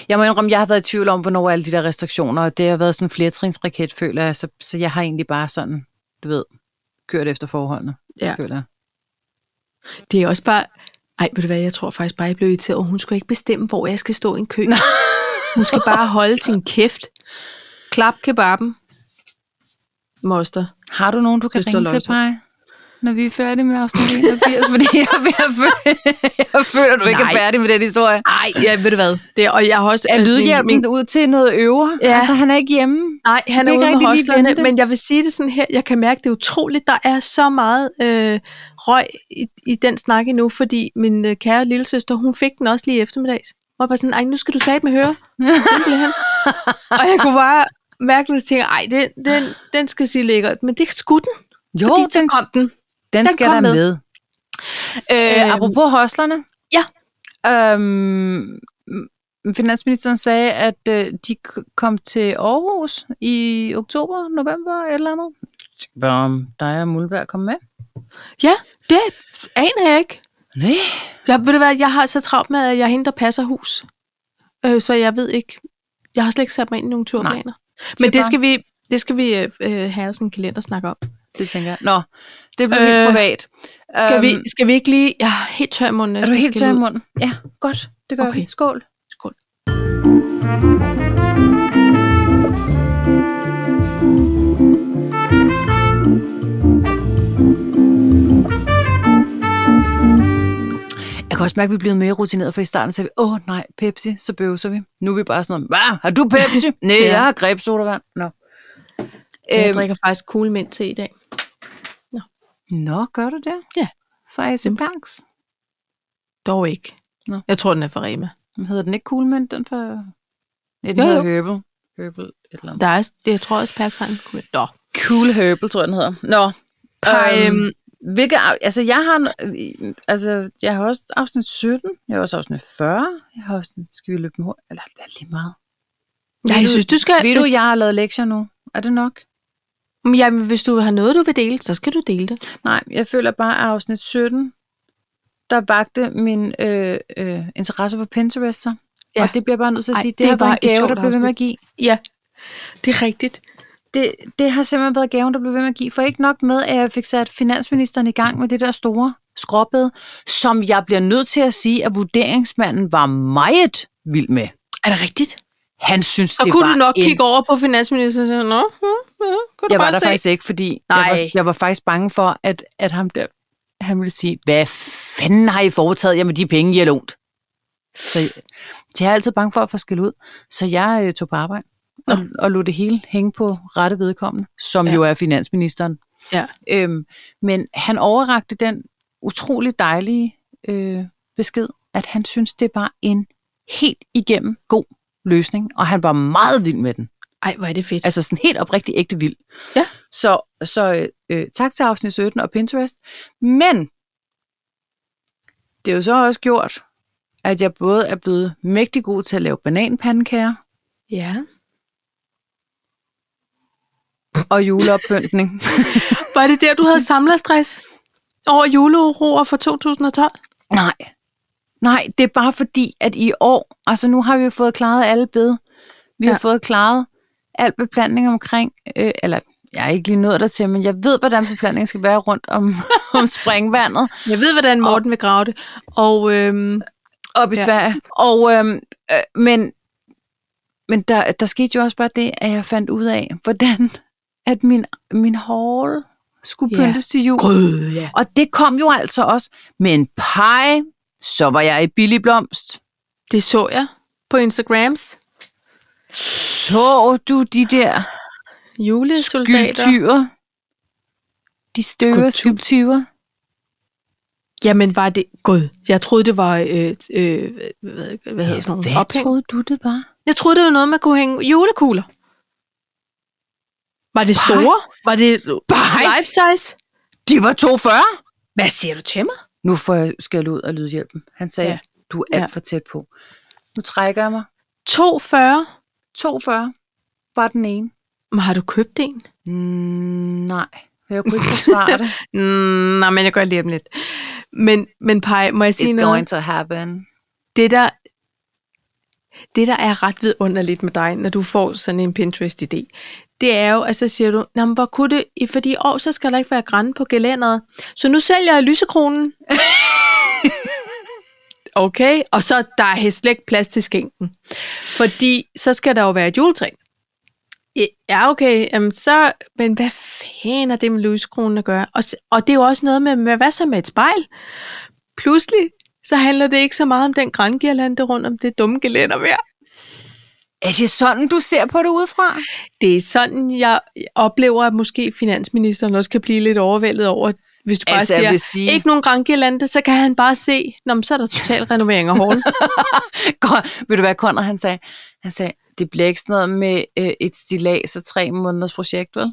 Speaker 2: Jeg må indrømme, jeg har været i tvivl om, hvornår alle de der restriktioner, og det har været sådan en flertrinsraket, føler jeg, så, så jeg har egentlig bare sådan, du ved, kørt efter forholdene,
Speaker 1: Ja.
Speaker 2: føler jeg.
Speaker 1: Det er også bare... Ej, ved du hvad, jeg tror faktisk bare, jeg blev irriteret. over, Hun skulle ikke bestemme, hvor jeg skal stå i en kø. Hun skal bare holde sin kæft. Klap kebaben. Moster.
Speaker 2: Har du nogen, du kan
Speaker 1: Synes, det er
Speaker 2: ringe til,
Speaker 1: løgn, så.
Speaker 2: Paj? Når vi er færdige med afsnit 81, fordi jeg, jeg, føler, jeg føler, du ikke
Speaker 1: Nej.
Speaker 2: er færdig med den historie.
Speaker 1: Ej, ja, ved du hvad. Det, og jeg har også...
Speaker 2: Er
Speaker 1: øh, min- min-
Speaker 2: lydhjælpen ud til noget øvre?
Speaker 1: Ja.
Speaker 2: Altså, han er ikke hjemme.
Speaker 1: Nej, han
Speaker 2: Det
Speaker 1: er
Speaker 2: er
Speaker 1: ude
Speaker 2: ikke
Speaker 1: med
Speaker 2: rigtig lige
Speaker 1: hostlerne,
Speaker 2: vente.
Speaker 1: men jeg vil sige det sådan her, jeg kan mærke, det er utroligt, der er så meget øh, røg i, i den snak endnu, fordi min øh, kære lillesøster, hun fik den også lige i eftermiddags. Hvor jeg bare sådan, ej, nu skal du satme med høre. Simpelthen. og jeg kunne bare mærke, at jeg tænkte, ej, den, den, den skal sige lækkert, men det skulle den,
Speaker 2: Jo,
Speaker 1: fordi så
Speaker 2: den,
Speaker 1: kom den.
Speaker 2: den,
Speaker 1: den
Speaker 2: skal
Speaker 1: kom
Speaker 2: der
Speaker 1: med. Øhm.
Speaker 2: med. med. Øh, apropos hoslerne.
Speaker 1: Ja.
Speaker 2: Øhm, m- finansministeren sagde, at øh, de k- kom til Aarhus i oktober, november eller andet. Hvad om dig og Mulberg kom med?
Speaker 1: Ja, det aner jeg ikke.
Speaker 2: Nej.
Speaker 1: Jeg, ved du hvad, jeg har så travlt med, at jeg er hende, der passer hus. Øh, så jeg ved ikke. Jeg har slet ikke sat mig ind i nogen turplaner. Men det
Speaker 2: bare-
Speaker 1: skal vi, det skal vi øh, øh, have sådan en kalender snak om.
Speaker 2: Det tænker jeg. Nå, det blev øh, helt
Speaker 1: Øh,
Speaker 2: privat.
Speaker 1: Skal,
Speaker 2: Øhm,
Speaker 1: vi, skal vi ikke lige... Jeg er helt tør i munden.
Speaker 2: Er du
Speaker 1: Det
Speaker 2: helt
Speaker 1: skal
Speaker 2: tør i
Speaker 1: ud.
Speaker 2: munden? Ja, godt. Det gør okay.
Speaker 1: Okay.
Speaker 2: vi. Skål.
Speaker 1: Skål.
Speaker 2: Jeg kan også mærke, at vi er blevet mere rutineret, for i starten sagde vi, åh oh, nej, Pepsi, så bøvser vi. Nu er vi bare sådan, hvad, har du Pepsi? nej,
Speaker 1: Ja.
Speaker 2: jeg har grebsodavand. Nå.
Speaker 1: Jeg
Speaker 2: Øhm,
Speaker 1: drikker faktisk cool mint til i dag.
Speaker 2: nå, gør du det?
Speaker 1: Ja.
Speaker 2: Fra AC Banks.
Speaker 1: Dog ikke.
Speaker 2: Nå.
Speaker 1: Jeg tror, den er fra Rema.
Speaker 2: Hedder den ikke Cool Mint, den fra... Nej, den
Speaker 1: Jo,
Speaker 2: hedder
Speaker 1: jo.
Speaker 2: Herbal. Herbal, et eller andet.
Speaker 1: Der er, jeg tror også, Perksang. Nå.
Speaker 2: Cool Herbal, tror jeg, den hedder. Nå.
Speaker 1: Pej,
Speaker 2: øhm,
Speaker 1: øhm,
Speaker 2: Hvilke, af- altså jeg har, øh, altså jeg har også afsnit 17, jeg har også afsnit 40, jeg har også, skal vi løbe dem hurtigt, eller det er lige meget.
Speaker 1: nej, jeg synes, du skal...
Speaker 2: Ved du, jeg har lavet lektier nu, er det nok?
Speaker 1: hvis, jamen, hvis du har noget, du vil dele, så skal du dele det.
Speaker 2: Nej, jeg føler bare, at afsnit 17, der bagte min øh, øh, interesse for Pinterest sig. Ja.
Speaker 1: Ja.
Speaker 2: Og det bliver jeg bare nødt til at
Speaker 1: Ej,
Speaker 2: sige, det,
Speaker 1: det
Speaker 2: har
Speaker 1: var
Speaker 2: været
Speaker 1: et
Speaker 2: en gave,
Speaker 1: sjovt
Speaker 2: der blev ved med at give.
Speaker 1: Ja, det er rigtigt.
Speaker 2: Det, det har simpelthen været gaven, der blev ved med at give. For ikke nok med, at jeg fik sat finansministeren i gang med det der store skråbed, som jeg bliver nødt til at sige, at vurderingsmanden var meget vild med.
Speaker 1: Er det rigtigt?
Speaker 2: Han synes,
Speaker 1: Så
Speaker 2: det
Speaker 1: kunne
Speaker 2: var
Speaker 1: du nok
Speaker 2: en...
Speaker 1: kigge over på finansministeren og sige, Nå, hmm, hmm, kunne du
Speaker 2: Jeg var
Speaker 1: bare
Speaker 2: der
Speaker 1: se.
Speaker 2: faktisk ikke, fordi jeg
Speaker 1: Nej.
Speaker 2: var, jeg var faktisk bange for, at, at ham der, han ville sige, hvad fanden har I foretaget jer med de penge, I har lånt? Så, jeg- så jeg er altid bange for at få skæld ud. Så jeg øh, tog på arbejde og, og lod det hele hænge på rette vedkommende, som ja.
Speaker 1: Ja.
Speaker 2: jo er finansministeren.
Speaker 1: Ja.
Speaker 2: Øhm, men han overrakte den utrolig dejlige øh, besked, at han synes, det var en helt igennem god løsning, og han var meget vild med den.
Speaker 1: Ej, hvor er det fedt.
Speaker 2: Altså sådan helt oprigtig ægte vild.
Speaker 1: Ja.
Speaker 2: Så, så øh, øh, tak til afsnit 17 og Pinterest. Men det er jo så også gjort, at jeg både er blevet mægtig god til at lave bananpandekager
Speaker 1: ja.
Speaker 2: og juleoppyntning.
Speaker 1: Var det der, du havde samlerstress over juleoroer fra 2012?
Speaker 2: Nej. Nej, det er bare fordi, at i år, altså nu har vi jo fået klaret alle bed. Vi ja. har
Speaker 1: Ja.
Speaker 2: fået klaret al beplantning omkring, øh, eller jeg er ikke lige nået dertil, men jeg ved, hvordan beplantningen skal være rundt om, om springvandet.
Speaker 1: Jeg ved, hvordan Morten vil grave det. Og øhm,
Speaker 2: op i ja.
Speaker 1: Ja.
Speaker 2: Sverige. Og, øhm, øh, men men der, der skete jo også bare det, at jeg fandt ud af, hvordan at min, min hall skulle
Speaker 1: Ja.
Speaker 2: pyntes til jul.
Speaker 1: grød, ja.
Speaker 2: Og det kom jo altså også med en pege, så var jeg i billig blomst.
Speaker 1: Det så jeg på Instagrams.
Speaker 2: Så du de der
Speaker 1: Julesoldater.
Speaker 2: skulptyrer? De støve
Speaker 1: Skulptur.
Speaker 2: skulptyrer?
Speaker 1: Jamen, var det gud. Jeg troede, det var... Øh, øh, hvad, hvad hedder sådan nogle?
Speaker 2: Hvad
Speaker 1: Ophæng.
Speaker 2: troede du, det var?
Speaker 1: Jeg troede, det var noget, man kunne hænge julekugler. Var det
Speaker 2: Pej.
Speaker 1: store? Var det
Speaker 2: Pej.
Speaker 1: life size?
Speaker 2: De var 240!
Speaker 1: Hvad siger du til mig?
Speaker 2: Nu får jeg skal ud og lydhjælpen. Han sagde, ja.
Speaker 1: Ja.
Speaker 2: du er alt
Speaker 1: Ja.
Speaker 2: for tæt på. Nu trækker jeg mig.
Speaker 1: 42.
Speaker 2: 42 var den ene.
Speaker 1: Men har du købt en?
Speaker 2: Mm, nej, jeg kunne ikke forsvare det.
Speaker 1: Mm, nej, men jeg gør lige om lidt. Men, men Paj, må jeg sige
Speaker 2: It's
Speaker 1: noget?
Speaker 2: going to happen.
Speaker 1: det der, det, der er ret vidunderligt med dig, når du får sådan en Pinterest-idé, det er jo, at så siger du, Nå, men hvor kunne det, i- fordi i år, så skal der ikke være græn på gelænderet, så nu sælger jeg lysekronen. okay, og så der er he- slet ikke plads til skænken. Fordi så skal der jo være et juletræ. Ja, okay, jamen så, men hvad fanden er det med lysekronen at gøre? Og, s- og det er jo også noget med, med, hvad så med et spejl? Pludselig, så handler det ikke så meget om den grængirlande rundt om det dumme gelænder mere.
Speaker 2: Er det sådan, du ser på det udefra?
Speaker 1: Det er sådan, jeg oplever, at måske finansministeren også kan blive lidt overvældet over, hvis du bare
Speaker 2: Altså,
Speaker 1: altså,
Speaker 2: jeg
Speaker 1: siger,
Speaker 2: vil sige-
Speaker 1: ikke nogen grængirlande, så kan han bare se, Nå, men så er der total renovering af hården.
Speaker 2: Godt. Ved du hvad, Conrad, han sagde? Han sagde, det bliver ikke sådan noget med øh, et stilas og tre måneders projekt, vel?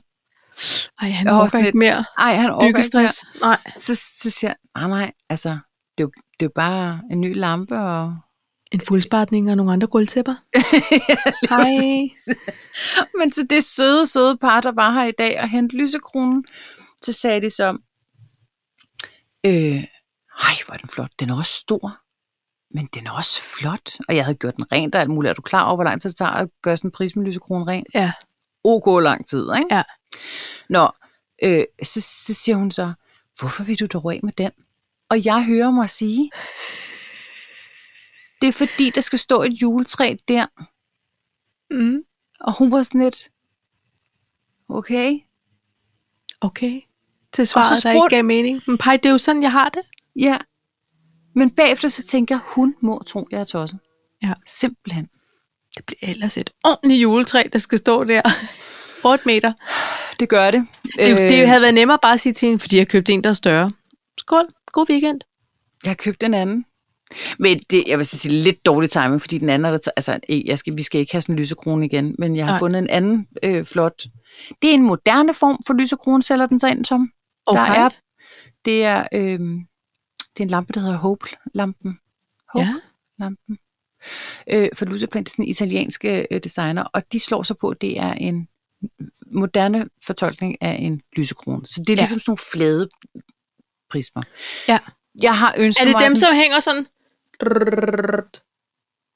Speaker 1: Ej, han
Speaker 2: Jeg har også
Speaker 1: orker ikke mere
Speaker 2: Ej, han orker ikke mere.
Speaker 1: byggestress. Nej.
Speaker 2: Så, så siger han, nej, nej, altså, det er, jo, det er jo bare en ny lampe og...
Speaker 1: En fuldspartning og nogle andre gulvtæpper. Hej.
Speaker 2: Men til det søde, søde par, der var her i dag og hente lysekronen, så sagde de så, øh, ej, hvor er den flot. Den er også stor, men den er også flot. Og jeg havde gjort den rent og alt muligt. Er du klar over, hvor lang tid det tager at gøre sådan en pris med lysekronen ren?
Speaker 1: Ja.
Speaker 2: ok lang tid, ikke?
Speaker 1: Ja.
Speaker 2: Nå, øh, så, så siger hun så, hvorfor vil du dog af med den? Og jeg hører mig sige, det er fordi, der skal stå et juletræ der.
Speaker 1: Mm.
Speaker 2: Og hun var sådan lidt, okay.
Speaker 1: Okay. Til svaret, der
Speaker 2: spurgte-
Speaker 1: ikke gav mening. Men Paj, det er jo sådan, jeg har det.
Speaker 2: Ja. Men bagefter så tænker jeg, hun må tro, jeg er tosset.
Speaker 1: Ja.
Speaker 2: Simpelthen.
Speaker 1: Det bliver ellers et ordentligt juletræ, der skal stå der 8 meter.
Speaker 2: Det gør det.
Speaker 1: Det, øh... det havde været nemmere bare at sige til hende, fordi jeg købte en, der er større. Skål. God weekend.
Speaker 2: Jeg har købt en anden. Men det, jeg vil så sige, lidt dårlig timing, fordi den anden er der... t- Altså, eh, jeg skal, vi skal ikke have sådan en lysekrone igen, men jeg har
Speaker 1: Nej.
Speaker 2: Ej. fundet en anden øh, flot. Det er en moderne form for lysekrone, sælger den sig ind som. Der
Speaker 1: Okay.
Speaker 2: er, det, er, øh, det er en lampe, der hedder Hope-lampen.
Speaker 1: Ja.
Speaker 2: Hope-lampen. Ja. Øh, for Lucia Plant, det er sådan en italiensk øh, designer, og de slår sig på, at det er en moderne fortolkning af en lysekrone. Så det er
Speaker 1: Ja.
Speaker 2: ja. ligesom sådan nogle flade prismer.
Speaker 1: Ja.
Speaker 2: Jeg har ønsket
Speaker 1: Er det
Speaker 2: mig
Speaker 1: dem,
Speaker 2: den-
Speaker 1: som hænger sådan?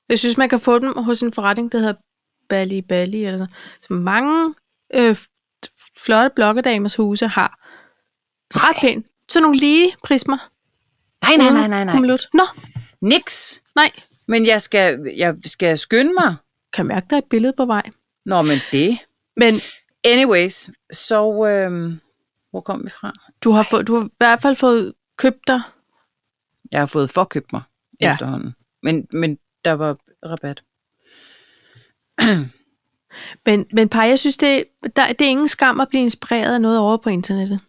Speaker 1: Jeg synes, man kan få dem hos en forretning, der hedder Bali Bali. Eller sådan. Så mange øh, f- flotte blokkedamers huse har. Så ret pænt. Så nogle lige prismer.
Speaker 2: Nej, nej, nej, nej, nej.
Speaker 1: Humlut. Nå,
Speaker 2: Niks.
Speaker 1: nej.
Speaker 2: Men jeg skal, jeg skal skynde mig.
Speaker 1: Kan mærke, der er et billede på vej.
Speaker 2: Nå, men det.
Speaker 1: Men
Speaker 2: Anyways, så... Øhm, hvor kom vi fra?
Speaker 1: du har, fået, du har i hvert fald fået købt dig.
Speaker 2: Jeg har fået forkøbt mig
Speaker 1: Ja.
Speaker 2: ja. efterhånden. Men, men der var rabat.
Speaker 1: Men, men par, jeg synes, det, der, det er ingen skam at blive inspireret af noget over på internettet.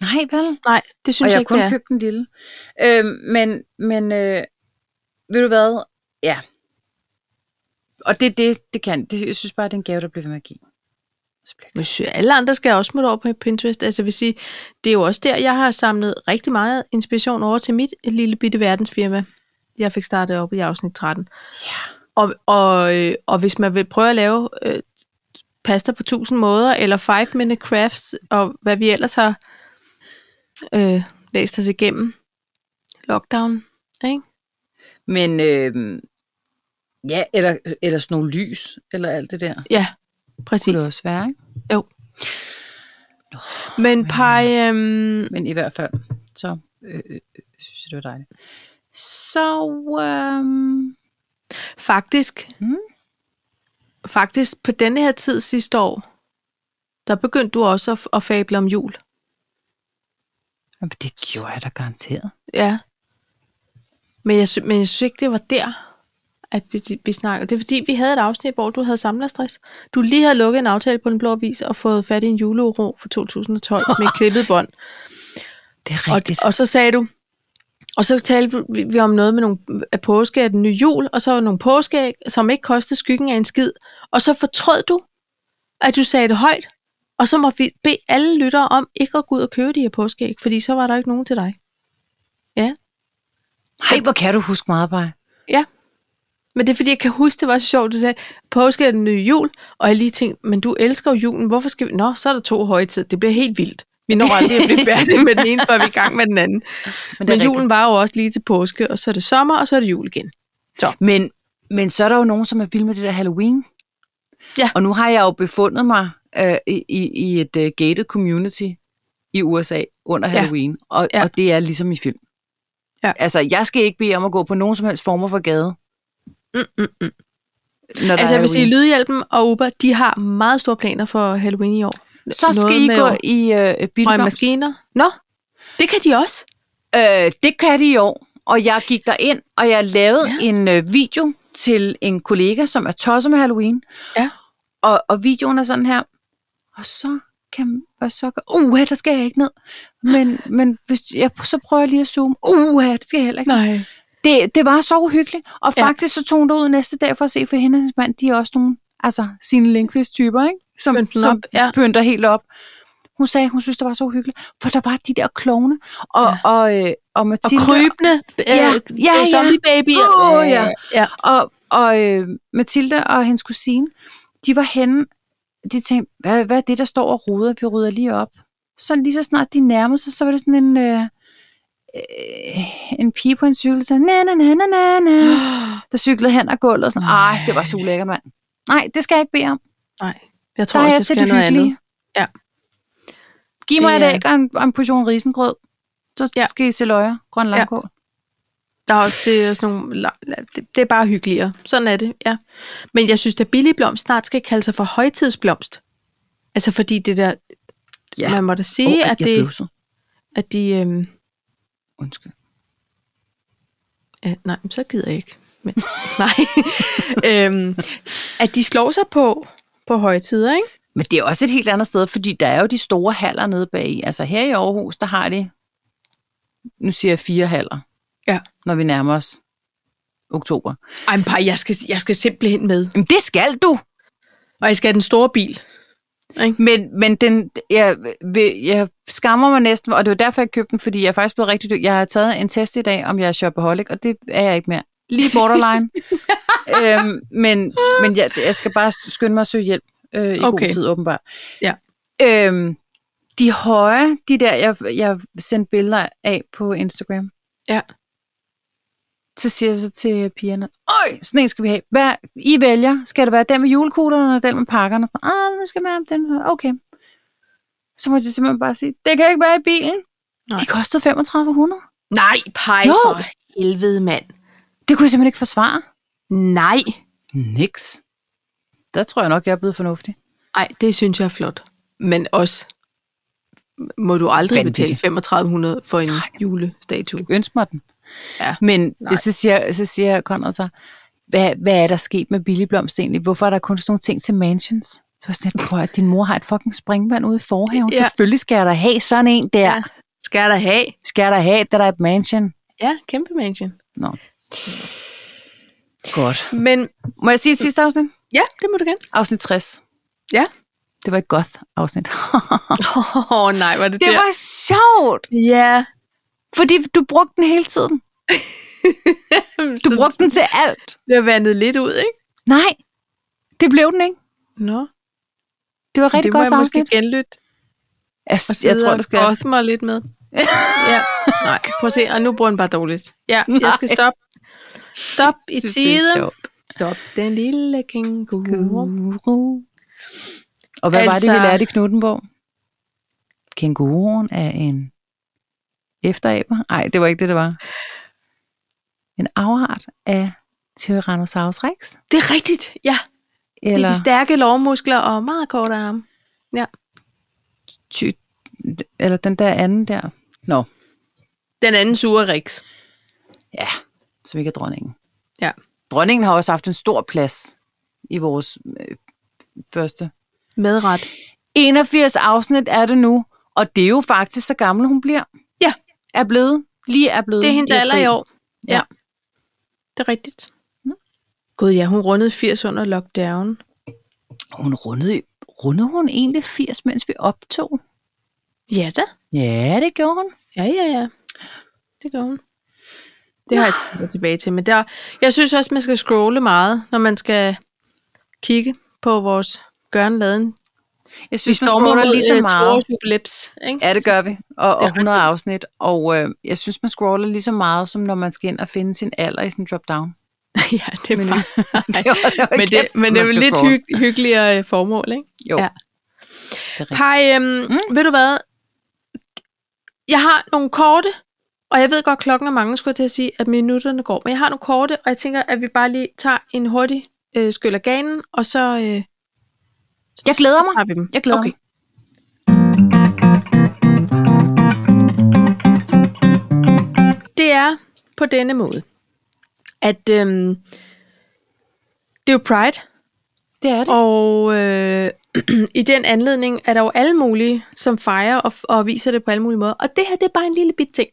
Speaker 2: Nej, vel?
Speaker 1: Nej, det
Speaker 2: Og
Speaker 1: synes
Speaker 2: jeg
Speaker 1: jeg
Speaker 2: har
Speaker 1: ikke, det
Speaker 2: kun
Speaker 1: er.
Speaker 2: købt en lille. Øhm, men, men øh, ved du hvad? Ja. Og det er det, det kan. Det, jeg synes bare, det er en gave, der bliver ved med at give. Split.
Speaker 1: Men sy- alle andre skal også smutte over på Pinterest. Altså jeg vil sige, det er jo også der, jeg har samlet rigtig meget inspiration over til mit lille bitte verdensfirma, jeg fik startet op i afsnit 13.
Speaker 2: Ja.
Speaker 1: Og, og, øh, og hvis man vil prøve at lave øh, pasta på tusind måder, eller 5 minute crafts, og hvad vi ellers har øh, læst os igennem, lockdown, ikke?
Speaker 2: Men øh, ja, eller, eller sådan nogle lys, eller alt det der.
Speaker 1: Ja,
Speaker 2: Kunne
Speaker 1: præcis.
Speaker 2: det også være, ikke?
Speaker 1: Men Pai, øhm,
Speaker 2: Men i hvert fald, så øh, øh, synes jeg, det var dejligt. Så, øhm,
Speaker 1: faktisk,
Speaker 2: Mm.
Speaker 1: faktisk på denne her tid sidste år, der begyndte du også at, at fable om jul.
Speaker 2: jamen, det gjorde jeg da garanteret.
Speaker 1: Ja. Men jeg, sy- men jeg synes ikke, det var der, at vi, vi snakkede. Det er fordi, vi havde et afsnit, hvor du havde samlerstress. Du lige havde lukket en aftale på den blå avis og fået fat i en juleuro for 2012 med klippet bånd.
Speaker 2: Det er
Speaker 1: Og,
Speaker 2: rigtigt. Og,
Speaker 1: og så sagde du, og så talte vi- vi om noget med nogle af påske af den nye jul, og så var nogle påskeæg, som ikke kostede skyggen af en skid. Og så fortrød du, at du sagde det højt, og så må vi bede alle lyttere om ikke at gå ud og købe de her påskeæg, fordi så var der ikke nogen til dig.
Speaker 2: og, Ej, hvor kan du huske meget, Paj.
Speaker 1: Men det er fordi, jeg kan huske, det var så sjovt, du sagde, påske er den nye jul, og jeg lige tænkte, men du elsker jo julen, hvorfor skal vi... Nå, så er der to højtider, det bliver helt vildt. Vi når aldrig at blive færdige med den ene, før vi er i gang med den anden.
Speaker 2: Men,
Speaker 1: Men julen var jo også lige til påske, og så er det sommer, og så er det jul igen.
Speaker 2: Men, men så er der jo nogen, som er vilde med det der Halloween.
Speaker 1: Ja.
Speaker 2: Og nu har jeg jo befundet mig øh, i, i- i et øh, gated community i USA under
Speaker 1: Ja.
Speaker 2: Halloween, og,
Speaker 1: Ja.
Speaker 2: og det er ligesom i film.
Speaker 1: Ja.
Speaker 2: Altså, jeg skal ikke bede om at gå på nogen som helst former for gade.
Speaker 1: Mm, mm, mm.
Speaker 2: Når
Speaker 1: Altså jeg vil sige,
Speaker 2: Halloween.
Speaker 1: Lydhjælpen og Uber, de har meget store planer for Halloween i år.
Speaker 2: så skal
Speaker 1: noget
Speaker 2: I
Speaker 1: med
Speaker 2: gå
Speaker 1: at-
Speaker 2: i øh,
Speaker 1: Og i
Speaker 2: billigblomst.
Speaker 1: maskiner. Nå, det kan de også.
Speaker 2: Øh, det kan de jo. Og jeg gik der ind og jeg lavede ja. en øh, video til en kollega, som er tosset med Halloween.
Speaker 1: Ja.
Speaker 2: Og, og videoen er sådan her. Og så kan og så kan, uh, der skal jeg ikke ned. Men, men hvis jeg, så prøver jeg lige at zoome. Uh, det skal jeg heller ikke.
Speaker 1: Nej.
Speaker 2: Det, det var så uhyggeligt. Og
Speaker 1: Ja.
Speaker 2: faktisk så tog hun det ud næste dag for at se, for hende og hendes mand, de er også nogle, altså sine lingvist-typer, ikke? Som,
Speaker 1: Pynten
Speaker 2: som
Speaker 1: op, ja.
Speaker 2: pynter helt op. Hun sagde, hun synes, det var så uhyggeligt, for der var de der klovne, og, ja. og, øh, og
Speaker 1: Og
Speaker 2: Mathilde
Speaker 1: krybende øh,
Speaker 2: Ja, ja, ja.
Speaker 1: zombiebabyer.
Speaker 2: Åh, ja.
Speaker 1: ja.
Speaker 2: og, og øh, Mathilde og hendes kusine, de var henne, de tænkte, hvad, hvad er det, der står og ruder? Vi rydder lige op. Så lige så snart de nærmede sig, så var det sådan en, øh, øh, en pige på en cykel, der sagde, na, na, na, na,
Speaker 1: Øh,
Speaker 2: na, na, der cyklede hen ad gulvet. Og sådan,
Speaker 1: Nej.
Speaker 2: Ej, det var så ulækkert, mand. Nej, det skal jeg ikke bede om.
Speaker 1: Nej, jeg tror
Speaker 2: Der
Speaker 1: også,
Speaker 2: er jeg
Speaker 1: jeg
Speaker 2: til
Speaker 1: skal
Speaker 2: det
Speaker 1: noget andet.
Speaker 2: hyggelige.
Speaker 1: Ja.
Speaker 2: Giv
Speaker 1: Det
Speaker 2: mig
Speaker 1: er-
Speaker 2: et æg og en, og en portion risengrød. Så
Speaker 1: Ja.
Speaker 2: skal I se løjer, grøn
Speaker 1: Ja.
Speaker 2: langkål.
Speaker 1: Der er også, det, er sådan nogle, la- la- det, det er bare hyggeligere. Sådan er det, ja. Men jeg synes, at billigblomst snart skal kalde sig for højtidsblomst. Altså fordi det der, ja. man må da sige, oh, at, det, at de... Øhm,
Speaker 2: Undskyld.
Speaker 1: øh, nej, men så gider jeg ikke. Men, nej. øhm, at de slår sig på, på højtider, ikke?
Speaker 2: Men det er også et helt andet sted, fordi der er jo de store haller nede bag. Altså her i Aarhus, der har de, nu siger jeg fire haller,
Speaker 1: Ja.
Speaker 2: når vi nærmer os oktober.
Speaker 1: Ej, men par, jeg skal, jeg skal simpelthen med.
Speaker 2: Jamen det skal du!
Speaker 1: Og jeg skal have den store bil.
Speaker 2: Men, men den, jeg, vil- jeg skammer mig næsten, og det var derfor, jeg købte den, fordi jeg er faktisk blevet rigtig dyr. Jeg har taget en test i dag, om jeg er shopaholic, og det er jeg ikke mere. Lige borderline. øhm, men men jeg, jeg skal bare skynde mig at søge hjælp øh, i okay.
Speaker 1: Okay.
Speaker 2: god tid, åbenbart.
Speaker 1: Ja.
Speaker 2: Øhm, de høje, de der, jeg, jeg sendte billeder af på Instagram,
Speaker 1: Ja.
Speaker 2: så siger jeg så til pigerne, Øj, sådan en skal vi have. Hvad, I vælger. Skal det være den med julekuglerne, eller den med pakkerne? Så, Ah, nu skal man have den her. Okay. Så måtte jeg simpelthen bare sige, det kan ikke være i bilen. Nej.
Speaker 1: Nej.
Speaker 2: De kostede 3500.
Speaker 1: Nej, pej
Speaker 2: Jo.
Speaker 1: for helvede, mand.
Speaker 2: Det kunne jeg simpelthen ikke forsvare.
Speaker 1: Nej.
Speaker 2: Niks. Der tror jeg nok, jeg er blevet fornuftig.
Speaker 1: Ej, det synes jeg er flot. Men også må du aldrig
Speaker 2: Vanvittigt.
Speaker 1: betale 3500 for en julestatue.
Speaker 2: Ønsk mig den.
Speaker 1: Ja.
Speaker 2: Men
Speaker 1: Nej.
Speaker 2: så siger, så siger Conrad så, hvad, hvad er der sket med billigblomst egentlig? Hvorfor er der kun sådan nogle ting til mansions? Så var jeg sådan, lidt, prøv at din mor har et fucking springvand ude i forhaven. Ja.
Speaker 1: Ja.
Speaker 2: Selvfølgelig skal jeg da have sådan en der. Ja.
Speaker 1: Ja. Skal jeg da have?
Speaker 2: Skal jeg da have, da der er et mansion?
Speaker 1: Ja, kæmpe mansion.
Speaker 2: Nå. Godt.
Speaker 1: Men
Speaker 2: Må jeg sige et sidste afsnit?
Speaker 1: ja, det må du gerne.
Speaker 2: Afsnit 60.
Speaker 1: Ja.
Speaker 2: Det var et godt afsnit.
Speaker 1: Åh oh, nej, var det,
Speaker 2: det
Speaker 1: der?
Speaker 2: var sjovt,
Speaker 1: Ja.
Speaker 2: fordi du brugte den hele tiden. Du brugte den til alt.
Speaker 1: Det har vandet lidt ud, ikke?
Speaker 2: Nej, det blev den ikke.
Speaker 1: Nå.
Speaker 2: Det var et rigtig
Speaker 1: det må
Speaker 2: godt
Speaker 1: jeg måske
Speaker 2: afsnit.
Speaker 1: genlytte. Og
Speaker 2: Jeg,
Speaker 1: sidde
Speaker 2: jeg tror,
Speaker 1: og
Speaker 2: det skal.
Speaker 1: gothe mig lidt med. ja. Nej, prøv at se. Og nu bruger den bare dårligt. Ja, jeg skal
Speaker 2: Nej.
Speaker 1: stoppe. Stop i
Speaker 2: Synes, det er
Speaker 1: tide.
Speaker 2: sjovt.
Speaker 1: Stop den lille kænguru.
Speaker 2: Kænguru. Og hvad altså... var
Speaker 1: Altså-
Speaker 2: det, vi lærte i Knuttenborg? Kænguruen er en efteraber? Nej, det var ikke det, det var. En afart af Tyrannosaurus rex?
Speaker 1: Det er rigtigt, ja. Det
Speaker 2: Eller
Speaker 1: er de stærke lovmuskler og meget korte arme.
Speaker 2: ty, eller den der anden der? Nå,
Speaker 1: Den anden sure Rex.
Speaker 2: ja, som ikke er dronningen.
Speaker 1: Ja.
Speaker 2: Dronningen har også haft en stor plads i vores øh, første.
Speaker 1: Medret.
Speaker 2: 81 afsnit er det nu, og det er jo faktisk så gammel, hun bliver.
Speaker 1: Ja.
Speaker 2: Er blevet. Lige er blevet.
Speaker 1: Det er hendes alder i
Speaker 2: april.
Speaker 1: år.
Speaker 2: Ja.
Speaker 1: Det er rigtigt. Gud ja, hun rundede 80 under lockdown.
Speaker 2: Hun rundede, rundede hun egentlig 80, mens vi optog?
Speaker 1: Ja da.
Speaker 2: Ja, det gjorde hun.
Speaker 1: Ja, ja, ja. Det gør hun. Det har jeg tænkt mig tilbage til. Men der, jeg synes også, man skal scrolle meget, når man skal kigge på vores gøren laden.
Speaker 2: Jeg synes, vi stormer man lige så meget.
Speaker 1: Lips, øh, ikke?
Speaker 2: Ja, det gør vi. Og,
Speaker 1: Det er
Speaker 2: og 100 afsnit. Og øh, jeg synes, man scroller lige så meget, som når man skal ind og finde sin alder i sådan en drop-down.
Speaker 1: ja, det er
Speaker 2: Men-
Speaker 1: bare...
Speaker 2: Det var- var
Speaker 1: men det,
Speaker 2: kæft,
Speaker 1: men det
Speaker 2: man
Speaker 1: er jo
Speaker 2: skal
Speaker 1: lidt
Speaker 2: scrolle.
Speaker 1: hygg, hyggeligere øh, formål, ikke?
Speaker 2: Jo,
Speaker 1: Ja.
Speaker 2: ja. det er rigtigt.
Speaker 1: Pej, øhm, mm. ved du hvad? Jeg har nogle korte, og jeg ved godt, klokken er mange, skulle jeg til at sige, at minutterne går, men jeg har nogle korte, og jeg tænker, at vi bare lige tager en hurtig øh, skyld af ganen, og så... Øh,
Speaker 2: Jeg glæder mig.
Speaker 1: Så tager vi dem.
Speaker 2: Jeg glæder
Speaker 1: okay.
Speaker 2: mig.
Speaker 1: Det er på denne måde, at øhm, det er jo Pride,
Speaker 2: Det er det.
Speaker 1: og øh, i den anledning er der jo alle mulige, som fejrer og, og viser det på alle mulige måder. Og det her, det er bare en lille bit ting.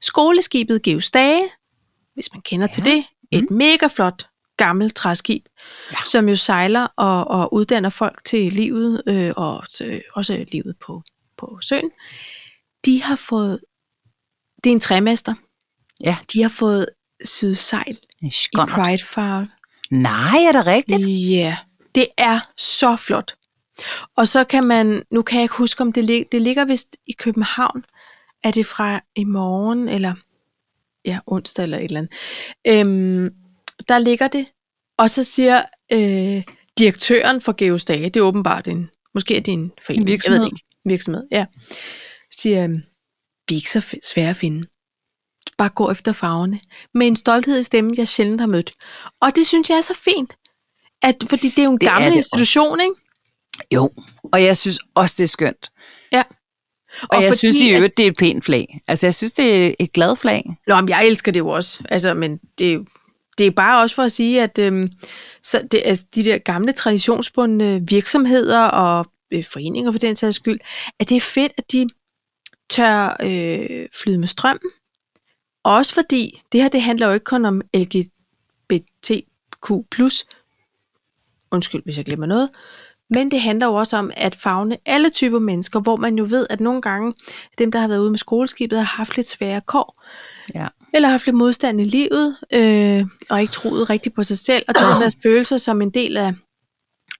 Speaker 1: Skoleskibet Geus Dage, hvis man kender ja. til det, et mega flot gammelt træskib, ja. som jo sejler og, og uddanner folk til livet, øh, og øh, også livet på, på søen. De har fået, det er en træmester,
Speaker 2: Ja.
Speaker 1: de har fået syet sejl
Speaker 2: En
Speaker 1: i
Speaker 2: skåndert.
Speaker 1: Pride-farve.
Speaker 2: Nej, er det rigtigt?
Speaker 1: Ja, det er så flot. Og så kan man, nu kan jeg ikke huske, om det, lig, det ligger vist i København. Er det fra i morgen, eller ja, onsdag eller et eller andet. Øhm, der ligger det, og så siger øh, direktøren for Geos Dage, det er åbenbart en, måske er det en forening, jeg
Speaker 2: virksomhed.
Speaker 1: ved det ikke, virksomhed, ja, siger, øhm, vi er ikke så f- svære at finde. Bare gå efter farverne. Med en stolthed i stemmen, jeg sjældent har mødt. Og det synes jeg er så fint. At, fordi det er jo en
Speaker 2: Det er
Speaker 1: gammel
Speaker 2: det
Speaker 1: institution, ikke?
Speaker 2: Jo. Og jeg synes også, det er skønt.
Speaker 1: Ja.
Speaker 2: Og, og jeg
Speaker 1: fordi,
Speaker 2: synes i
Speaker 1: at-
Speaker 2: øvrigt, det er et pænt flag. Altså, jeg synes, det er et glad flag.
Speaker 1: Nå, men jeg elsker det jo også. Altså, men det, er jo- det er bare også for at sige, at øhm, så det, altså, de der gamle traditionsbundne virksomheder og øh, foreninger for den sags skyld, at det er fedt, at de tør øh, flyde med strømmen. Også fordi, det her det handler jo ikke kun om LGBTQ+, undskyld hvis jeg glemmer noget, men det handler jo også om at fagne alle typer mennesker, hvor man jo ved, at nogle gange dem, der har været ude med skoleskibet, har haft lidt svære kår
Speaker 2: Ja.
Speaker 1: eller haft lidt modstand i livet, øh, og ikke troet rigtigt på sig selv, og dermed at føle sig som en del af,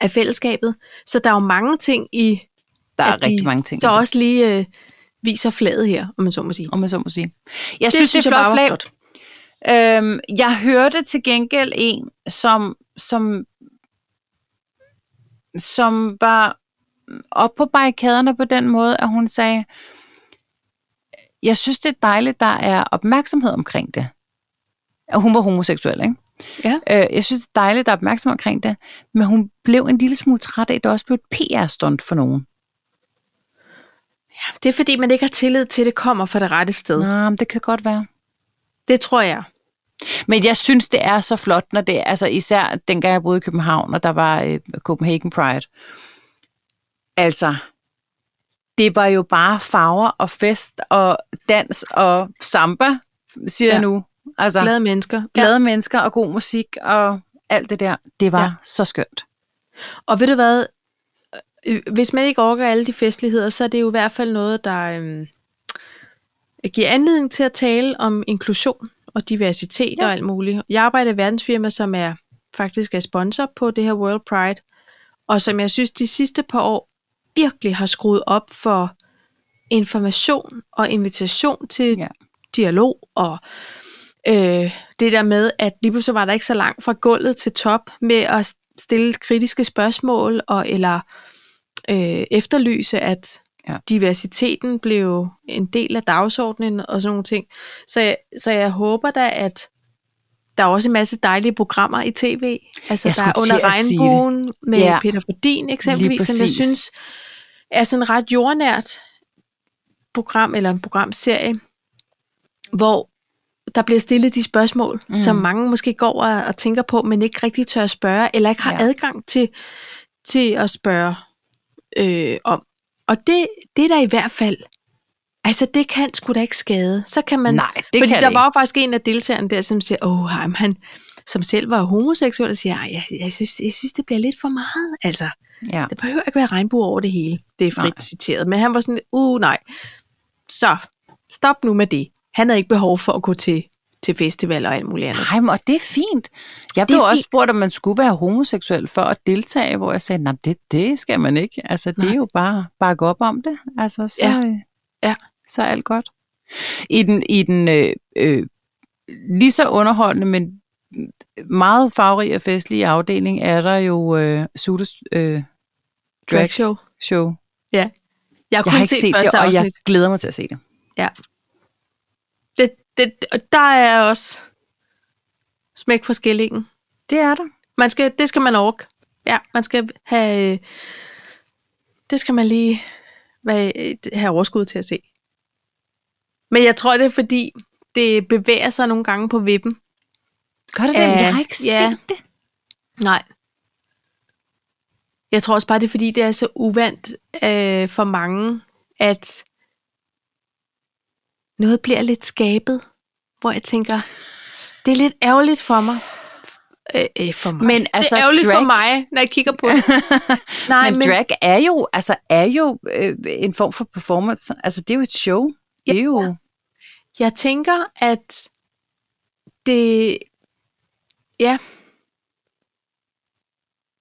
Speaker 1: af fællesskabet. Så der er jo mange ting i,
Speaker 2: Der er
Speaker 1: at
Speaker 2: rigtig
Speaker 1: de
Speaker 2: mange ting. i
Speaker 1: så
Speaker 2: det,
Speaker 1: også lige øh, viser flaget her, om man så må sige.
Speaker 2: Om man så må sige. Jeg det synes, det er
Speaker 1: bare
Speaker 2: flot
Speaker 1: var
Speaker 2: flag. Øhm, jeg hørte til gengæld en, som, som, som var op på barrikaderne på den måde, at hun sagde, jeg synes, det er dejligt, der er opmærksomhed omkring det. Og hun var homoseksuel, ikke?
Speaker 1: Ja.
Speaker 2: Øh, jeg synes, det er dejligt, der er opmærksomhed omkring det, men hun blev en lille smule træt af, at det også blev et PR-stunt for nogen.
Speaker 1: Det er fordi, man ikke har tillid til, at det kommer fra det rette sted.
Speaker 2: Nej, men det kan godt være.
Speaker 1: Det tror jeg.
Speaker 2: Men jeg synes, det er så flot, når det altså især dengang jeg boede i København, og der var øh, Copenhagen Pride. Altså, det var jo bare farver og fest og dans og samba, siger
Speaker 1: Ja.
Speaker 2: ja. jeg nu. Altså, glade,
Speaker 1: Glade mennesker.
Speaker 2: glade mennesker og god musik og alt det der. Det var
Speaker 1: Ja.
Speaker 2: ja. så skønt.
Speaker 1: Og ved du hvad, Øh, hvis man ikke orker alle de festligheder, så er det jo i hvert fald noget, der øhm, giver anledning til at tale om inklusion og diversitet ja.
Speaker 2: Ja.
Speaker 1: og alt muligt. Jeg arbejder i et verdensfirma, som er faktisk er sponsor på det her World Pride, og som jeg synes de sidste par år virkelig har skruet op for information og invitation til ja.
Speaker 2: Ja.
Speaker 1: dialog og øh, det der med, at lige pludselig var der ikke så langt fra gulvet til top med at stille kritiske spørgsmål, og eller øh, efterlyse, at ja.
Speaker 2: Ja.
Speaker 1: diversiteten blev en del af dagsordenen og sådan nogle ting. Så jeg, så jeg håber da, at der er også en masse dejlige programmer i tv. Altså
Speaker 2: Jeg
Speaker 1: der er
Speaker 2: skulle til
Speaker 1: Under
Speaker 2: at sige det.
Speaker 1: Regnbuen med ja.
Speaker 2: Ja.
Speaker 1: Peter Fordin eksempelvis, som jeg
Speaker 2: præcis.
Speaker 1: synes er sådan ret jordnært program eller en programserie, hvor der bliver stillet de spørgsmål, mm. som mange måske går og, og tænker på, men ikke rigtig tør at spørge, eller ikke har ja.
Speaker 2: Ja.
Speaker 1: adgang til, til at spørge øh, om. Og det, det er der i hvert fald. Altså, det kan sgu da ikke skade. Så kan man...
Speaker 2: Nej, det
Speaker 1: fordi
Speaker 2: kan
Speaker 1: der
Speaker 2: det
Speaker 1: var jo faktisk en af deltagerne der, som siger, åh, oh, han, som selv var homoseksuel, og siger, "Ej, jeg, jeg, synes, jeg synes, det bliver lidt for meget. Altså,
Speaker 2: ikke. Ja.
Speaker 1: det behøver ikke være regnbue over det hele. Det er frit nej.
Speaker 2: Nej.
Speaker 1: citeret. Men han var sådan, uh, nej. Så, stop nu med det. Han havde ikke behov for at gå til til festivaler og alt muligt andet.
Speaker 2: Nej, men og det er fint. Jeg
Speaker 1: Det er
Speaker 2: blev også
Speaker 1: fint.
Speaker 2: spurgt, om man skulle være homoseksuel for at deltage, hvor jeg sagde, nej, det, det skal man ikke. Altså, det er jo bare bakke op om det. Altså, så,
Speaker 1: Ja.
Speaker 2: øh,
Speaker 1: Ja.
Speaker 2: så er alt godt. I den, i den øh, øh, lige så underholdende, men meget farverig og festlige afdeling, er der jo øh, Sudes øh, drag
Speaker 1: Drag show.
Speaker 2: show. Jeg,
Speaker 1: Jeg har kun
Speaker 2: jeg har ikke
Speaker 1: set,
Speaker 2: set
Speaker 1: første
Speaker 2: det, og jeg
Speaker 1: afsnit.
Speaker 2: glæder mig til at se det.
Speaker 1: Det, det, og der er også smæk for skillingen.
Speaker 2: Det er der.
Speaker 1: Man skal, det skal man orke. Ja, man skal have... øh, Det skal man lige være, øh, have overskud til at se. Men jeg tror, det er fordi, det bevæger sig nogle gange på vippen.
Speaker 2: Gør det det? Men
Speaker 1: Ja.
Speaker 2: Jeg har ikke
Speaker 1: Ja.
Speaker 2: set det.
Speaker 1: Nej. Jeg tror også bare, det er fordi, det er så uvandt øh, for mange, at noget bliver lidt skabet, hvor jeg tænker, det er lidt ærgerligt for mig. Øh, øh, for mig.
Speaker 2: Men altså,
Speaker 1: det er ærgerligt
Speaker 2: drag-
Speaker 1: for mig, når jeg kigger på det. Nej,
Speaker 2: men, men drag er jo, altså, er jo øh, en form for performance. Altså, det er jo et show. Det er jo...
Speaker 1: Jeg tænker, at det... Ja.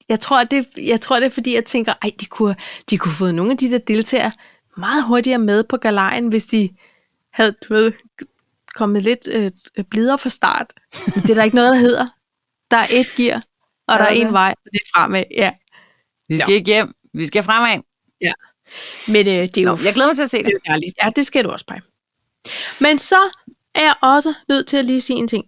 Speaker 1: Jeg tror, det, jeg tror, det er fordi, jeg tænker, ej, de kunne, de kunne få nogle af de der deltagere meget hurtigere med på galejen, hvis de havde du ved, kommet lidt øh, blidere fra start. Men Det er der ikke noget, der hedder. Der er et gear, og
Speaker 2: Er
Speaker 1: der er
Speaker 2: der
Speaker 1: en
Speaker 2: det?
Speaker 1: vej, og det er fremad. Ja.
Speaker 2: Vi skal ikke hjem. Vi skal fremad.
Speaker 1: Men øh, det er jo
Speaker 2: Nå, jeg glæder mig til at se
Speaker 1: Det
Speaker 2: det.
Speaker 1: er jo ærligt. Ja, det skal du også, Paj. Men så er jeg også nødt til at lige sige en ting.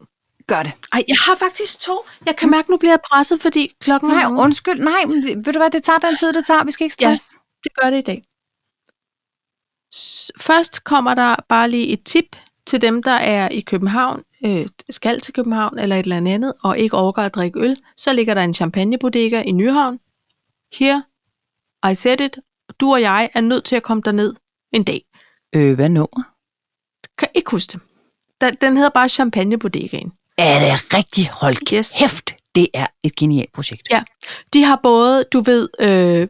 Speaker 2: Gør det.
Speaker 1: Ej, jeg har faktisk to. Jeg kan mærke, nu bliver jeg presset, fordi klokken er
Speaker 2: Nej,
Speaker 1: mange.
Speaker 2: undskyld. Nej, men ved du hvad, det tager den tid, det tager. Vi skal ikke
Speaker 1: Ja.
Speaker 2: stresse.
Speaker 1: Det gør det i dag. S- Først kommer der bare lige et tip til dem, der er i København, øh, skal til København eller et eller andet, og ikke overgår at drikke øl. Så ligger der en champagnebodega i Nyhavn. Her, I said it, du og jeg er nødt til at komme derned en dag.
Speaker 2: Øh, hvad nummer?
Speaker 1: Kan ikke huske det. Den- Den hedder bare champagnebudegaen.
Speaker 2: Er det rigtig? Hold
Speaker 1: Yes.
Speaker 2: kæft. Det er et genialt projekt.
Speaker 1: Ja. De har både, du ved, øh,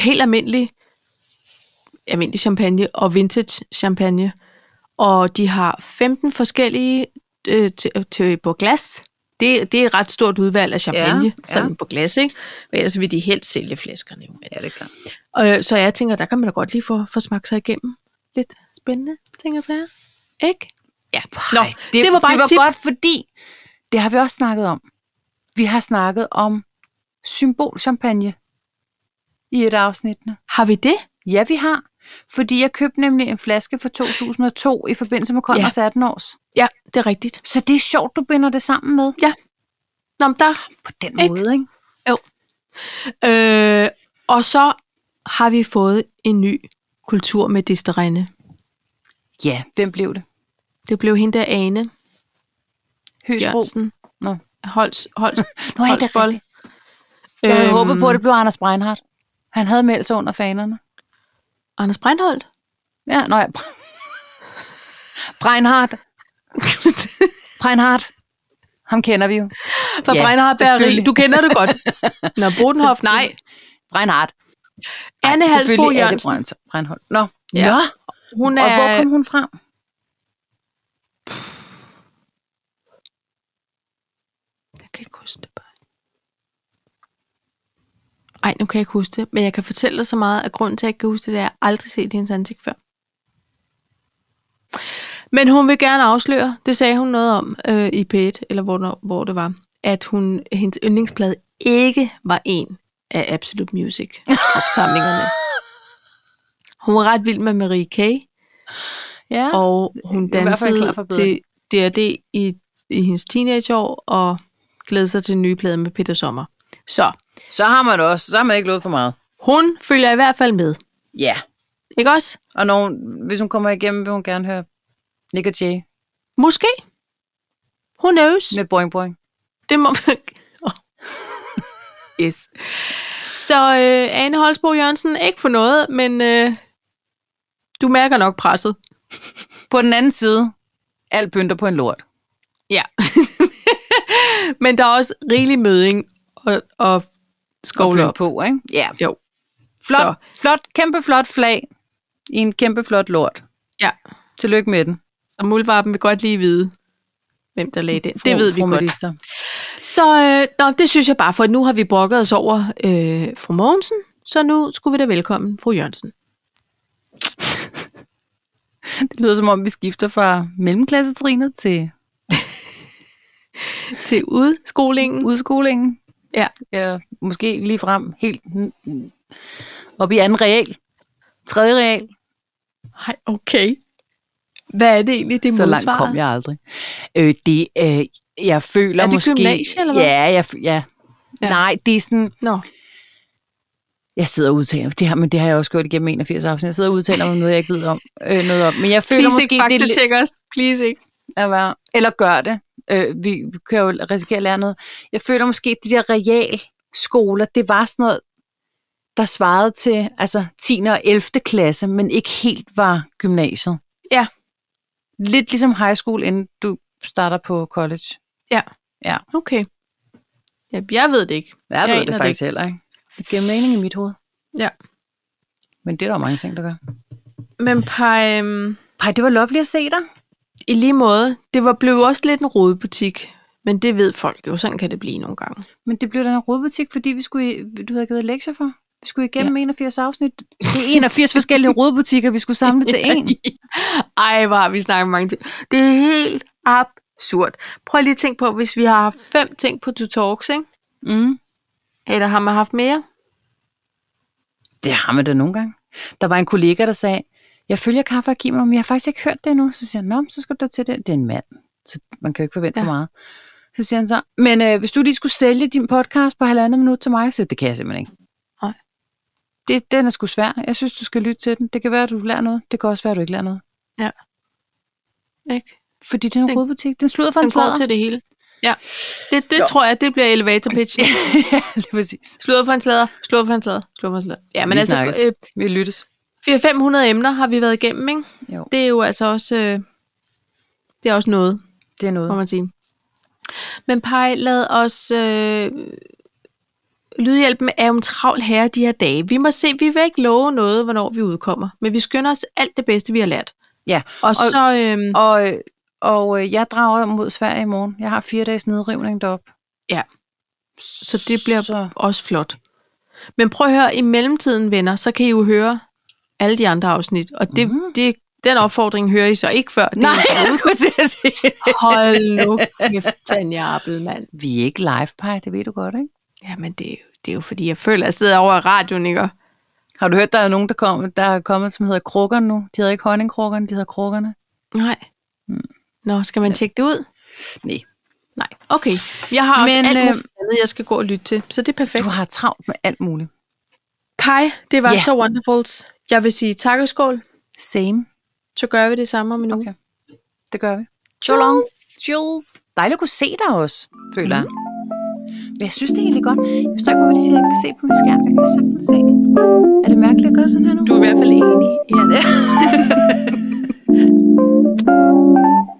Speaker 1: helt almindelig, almindelig champagne og vintage champagne. Og de har 15 forskellige øh, til, til på glas. Det, det er et ret stort udvalg af champagne,
Speaker 2: Ja,
Speaker 1: ja,
Speaker 2: ja.
Speaker 1: sådan på glas, ikke? Men ellers vil de helst sælge flaskerne. Jo.
Speaker 2: Ja, det er klart.
Speaker 1: Og, øh, så jeg tænker, der kan man da godt lige få, få smagt sig igennem. Lidt spændende, tænker jeg. Ikke?
Speaker 2: Ja.
Speaker 1: Nå, det var bare
Speaker 2: det
Speaker 1: et
Speaker 2: var
Speaker 1: tip.
Speaker 2: godt, fordi det har vi også snakket om. Vi har snakket om symbolchampagne i et af afsnittene.
Speaker 1: Har vi det?
Speaker 2: Ja, vi har. Fordi jeg købte nemlig en flaske fra 2002 i forbindelse med Konrads 18 års.
Speaker 1: Ja, det er rigtigt.
Speaker 2: Så det er sjovt, du binder det sammen med.
Speaker 1: Nå, men der
Speaker 2: På den
Speaker 1: Ikke?
Speaker 2: måde, ikke?
Speaker 1: Øh, og så har vi fået en ny kultur med Disterinde.
Speaker 2: Ja, hvem blev det?
Speaker 1: Det blev hende der Ane
Speaker 2: Høsbro.
Speaker 1: Jørgensen.
Speaker 2: Nå.
Speaker 1: Holts, Holts, Øhm,
Speaker 2: Nu er det
Speaker 1: Holtsbold.
Speaker 2: rigtigt. Jeg havde håbet på, at det blev Anders Breinhardt. Han havde meldt sig under fanerne.
Speaker 1: Anders Brindholt.
Speaker 2: Ja, nå ja. Breinhardt. Breinhardt. Ham kender vi jo.
Speaker 1: For
Speaker 2: Ja,
Speaker 1: ja, Breinhardt Bageri.
Speaker 2: selvfølgelig.
Speaker 1: Du kender det godt. Nå, Bodenhof, nej.
Speaker 2: Breinhardt. Ej,
Speaker 1: Anne Halsbo
Speaker 2: selvfølgelig er det
Speaker 1: Jørgensen.
Speaker 2: Brein- Breinholt. Nå.
Speaker 1: Ja. Øh.
Speaker 2: Nå.
Speaker 1: Hun
Speaker 2: Og hvor
Speaker 1: er,
Speaker 2: kom hun fra?
Speaker 1: Jeg kan ikke huske det bare. Ej, nu kan jeg ikke huske det, men jeg kan fortælle dig så meget, at grunden til, at jeg ikke kan huske det, det er, at jeg aldrig set hendes ansigt før. Men hun vil gerne afsløre, det sagde hun noget om øh, i P1, eller hvor, der- hvor det var, at hun, hendes yndlingsplade ikke var en af Absolute Music-opsamlingerne. Hun var ret vild med Marie Kay,
Speaker 2: Ja. Og
Speaker 1: og hun
Speaker 2: i hvert fald klar for
Speaker 1: dansede
Speaker 2: bedre.
Speaker 1: til D&D i, i hendes teenageår, og glædede sig til en ny plade med Peter Sommer. Så
Speaker 2: så har man også, så har man ikke lovet for meget.
Speaker 1: hun følger i hvert fald med.
Speaker 2: Ja.
Speaker 1: Ikke også?
Speaker 2: Og når hun, hvis hun kommer igennem, vil hun gerne høre Nick og Jay
Speaker 1: Måske. Who knows?
Speaker 2: med Boing Boing.
Speaker 1: Det må man... Åh. yes. Så øh, Ane Holsbro Jørgensen, ikke for noget, men øh, du mærker nok presset.
Speaker 2: På den anden side, alt pynter på en lort.
Speaker 1: Ja. men der er også rigelig møding og, og skovle
Speaker 2: Pynte
Speaker 1: op.
Speaker 2: på, ikke? Ja.
Speaker 1: Jo.
Speaker 2: Flot, flot, kæmpe flot flag i en kæmpe flot lort.
Speaker 1: Ja.
Speaker 2: Tillykke med den.
Speaker 1: Og muldvarpen vil godt lige vide, hvem der lagde det. Det ved vi godt.
Speaker 2: Formalister.
Speaker 1: Så øh, nå, det synes jeg bare, for nu har vi brokket os over øh, fru Mogensen, så nu skulle vi da velkommen fru Jørgensen.
Speaker 2: Det lyder som om, vi skifter fra mellemklassetrinet til
Speaker 1: Til udskolingen.
Speaker 2: udskolingen.
Speaker 1: Ja.
Speaker 2: Eller måske lige frem helt n- op i anden real. Tredje real.
Speaker 1: Nej, okay. Hvad er det egentlig, det
Speaker 2: så langt
Speaker 1: modsvarer?
Speaker 2: kom jeg aldrig. Øh, det, øh, jeg føler
Speaker 1: Er det
Speaker 2: måske...
Speaker 1: gymnasie, eller hvad?
Speaker 2: Ja, jeg, f- ja.
Speaker 1: Ja.
Speaker 2: ja. Nej, det er sådan...
Speaker 1: Nå,
Speaker 2: Jeg sidder og udtaler, det har, men det har jeg også gjort igennem 81 afsnit. Jeg sidder og udtaler mig om noget, jeg ikke ved om, øh, noget om. Men jeg føler
Speaker 1: please
Speaker 2: måske,
Speaker 1: ikke
Speaker 2: det er lidt...
Speaker 1: faktatjek os. Please ikke.
Speaker 2: at være, eller gør det. Øh, vi, vi kan jo risikere at lære noget. Jeg føler måske, at de der realskoler, det var sådan noget, der svarede til altså 10. og 11. klasse, men ikke helt var gymnasiet.
Speaker 1: Ja.
Speaker 2: Lidt ligesom high school, inden du starter på college.
Speaker 1: Okay. Ja, jeg ved det ikke.
Speaker 2: Jeg,
Speaker 1: Jeg
Speaker 2: jeg
Speaker 1: aner
Speaker 2: ved det
Speaker 1: det
Speaker 2: faktisk heller ikke. Det giver mening i mit hoved.
Speaker 1: Ja.
Speaker 2: Men det er der jo mange ting, der gør.
Speaker 1: Men Paj, øhm,
Speaker 2: Ej, det var lovligt at se dig.
Speaker 1: i lige måde, det var blev også lidt en rodebutik. Men det ved folk jo, sådan kan det blive nogle gange.
Speaker 2: Men det blev da en rodbutik, fordi vi skulle, i- du havde givet lektier for. Vi skulle igennem ja. 81 afsnit. Det er 81 forskellige rodbutikker, vi skulle samle til en.
Speaker 1: Ej, hvor har vi snakket mange ting. Det er helt absurd. Prøv lige at tænke på, hvis vi har haft fem ting på to talks, ikke?
Speaker 2: Mm.
Speaker 1: Eller har man haft mere?
Speaker 2: Det har man da nogle gange. Der var en kollega, der sagde, jeg følger kaffe og giver mig, men jeg har faktisk ikke hørt det endnu. Så siger han, nå, men så skal du da til det. Det er en mand, så man kan jo ikke forvente
Speaker 1: Ja.
Speaker 2: ja. for meget. Så siger han så, men øh, hvis du lige skulle sælge din podcast på halvandet minut til mig, så siger jeg, det kan jeg simpelthen ikke.
Speaker 1: Nej.
Speaker 2: Det, den er sgu svær. Jeg synes, du skal lytte til den. Det kan være, at du lærer noget. Det kan også være, at du ikke lærer noget.
Speaker 1: Ikke?
Speaker 2: Fordi det er
Speaker 1: Den-
Speaker 2: en rodbutik. Den slutter for en
Speaker 1: Den går
Speaker 2: sladder.
Speaker 1: til det hele. Ja, det, det
Speaker 2: Jo.
Speaker 1: tror jeg, det bliver elevator pitch.
Speaker 2: ja, lige præcis.
Speaker 1: Slået for en slader, slået for en slader, slået for en slader. Ja, men
Speaker 2: Vi
Speaker 1: altså,
Speaker 2: snakkes.
Speaker 1: øh,
Speaker 2: Vi lyttes.
Speaker 1: 400-500 emner har vi været igennem, ikke?
Speaker 2: Jo.
Speaker 1: Det er jo altså også, øh, det er også noget,
Speaker 2: Det er noget.
Speaker 1: må man sige. Men Paj, lad os... Øh, Lydhjælpen er jo en travl herre de her dage. Vi må se, vi vil ikke love noget, hvornår vi udkommer. Men vi skynder os alt det bedste, vi har lært.
Speaker 2: Ja,
Speaker 1: Og, og så... Øh, og,
Speaker 2: og, øh, og øh, jeg drager mod Sverige i morgen. Jeg har fire dages nedrivning derop.
Speaker 1: Ja. så det bliver
Speaker 2: Så,
Speaker 1: også flot. Men prøv at høre, i mellemtiden, venner, så kan I jo høre alle de andre afsnit. Og det, mm. det, den opfordring hører I så ikke før. Det er
Speaker 2: nej,
Speaker 1: jo så
Speaker 2: jeg skulle til at sige det.
Speaker 1: Hold nu kæft, Tanja Appelmann.
Speaker 2: Vi er ikke live det ved du godt, ikke?
Speaker 1: Jamen, det er, jo, det er jo fordi, jeg føler, at jeg sidder over i radioen, ikke? Og-
Speaker 2: Har du hørt, der er nogen, der, kom, der er kommet, som hedder krukker nu? De hedder ikke honningkrukkerne, de hedder krukkerne.
Speaker 1: Nej. Nå, skal man tjekke det ud?
Speaker 2: Mm. Nej.
Speaker 1: Nej. Okay. Jeg har også
Speaker 2: Men,
Speaker 1: Men, alt
Speaker 2: øh,
Speaker 1: muligt andet, jeg skal gå og lytte til. Så det er perfekt.
Speaker 2: Du har travlt med alt muligt.
Speaker 1: Pej, det var
Speaker 2: Ja.
Speaker 1: så wonderful. Jeg vil sige tak og skål.
Speaker 2: Same.
Speaker 1: Så gør vi det samme om en uge.
Speaker 2: Okay. Det gør vi. So long. Jules. Mm. Dejligt at kunne se dig også, føler jeg. Men jeg synes det er egentlig godt. Jeg forstår ikke, hvorfor de siger, at jeg ikke kan se på min skærm. Jeg kan sagtens se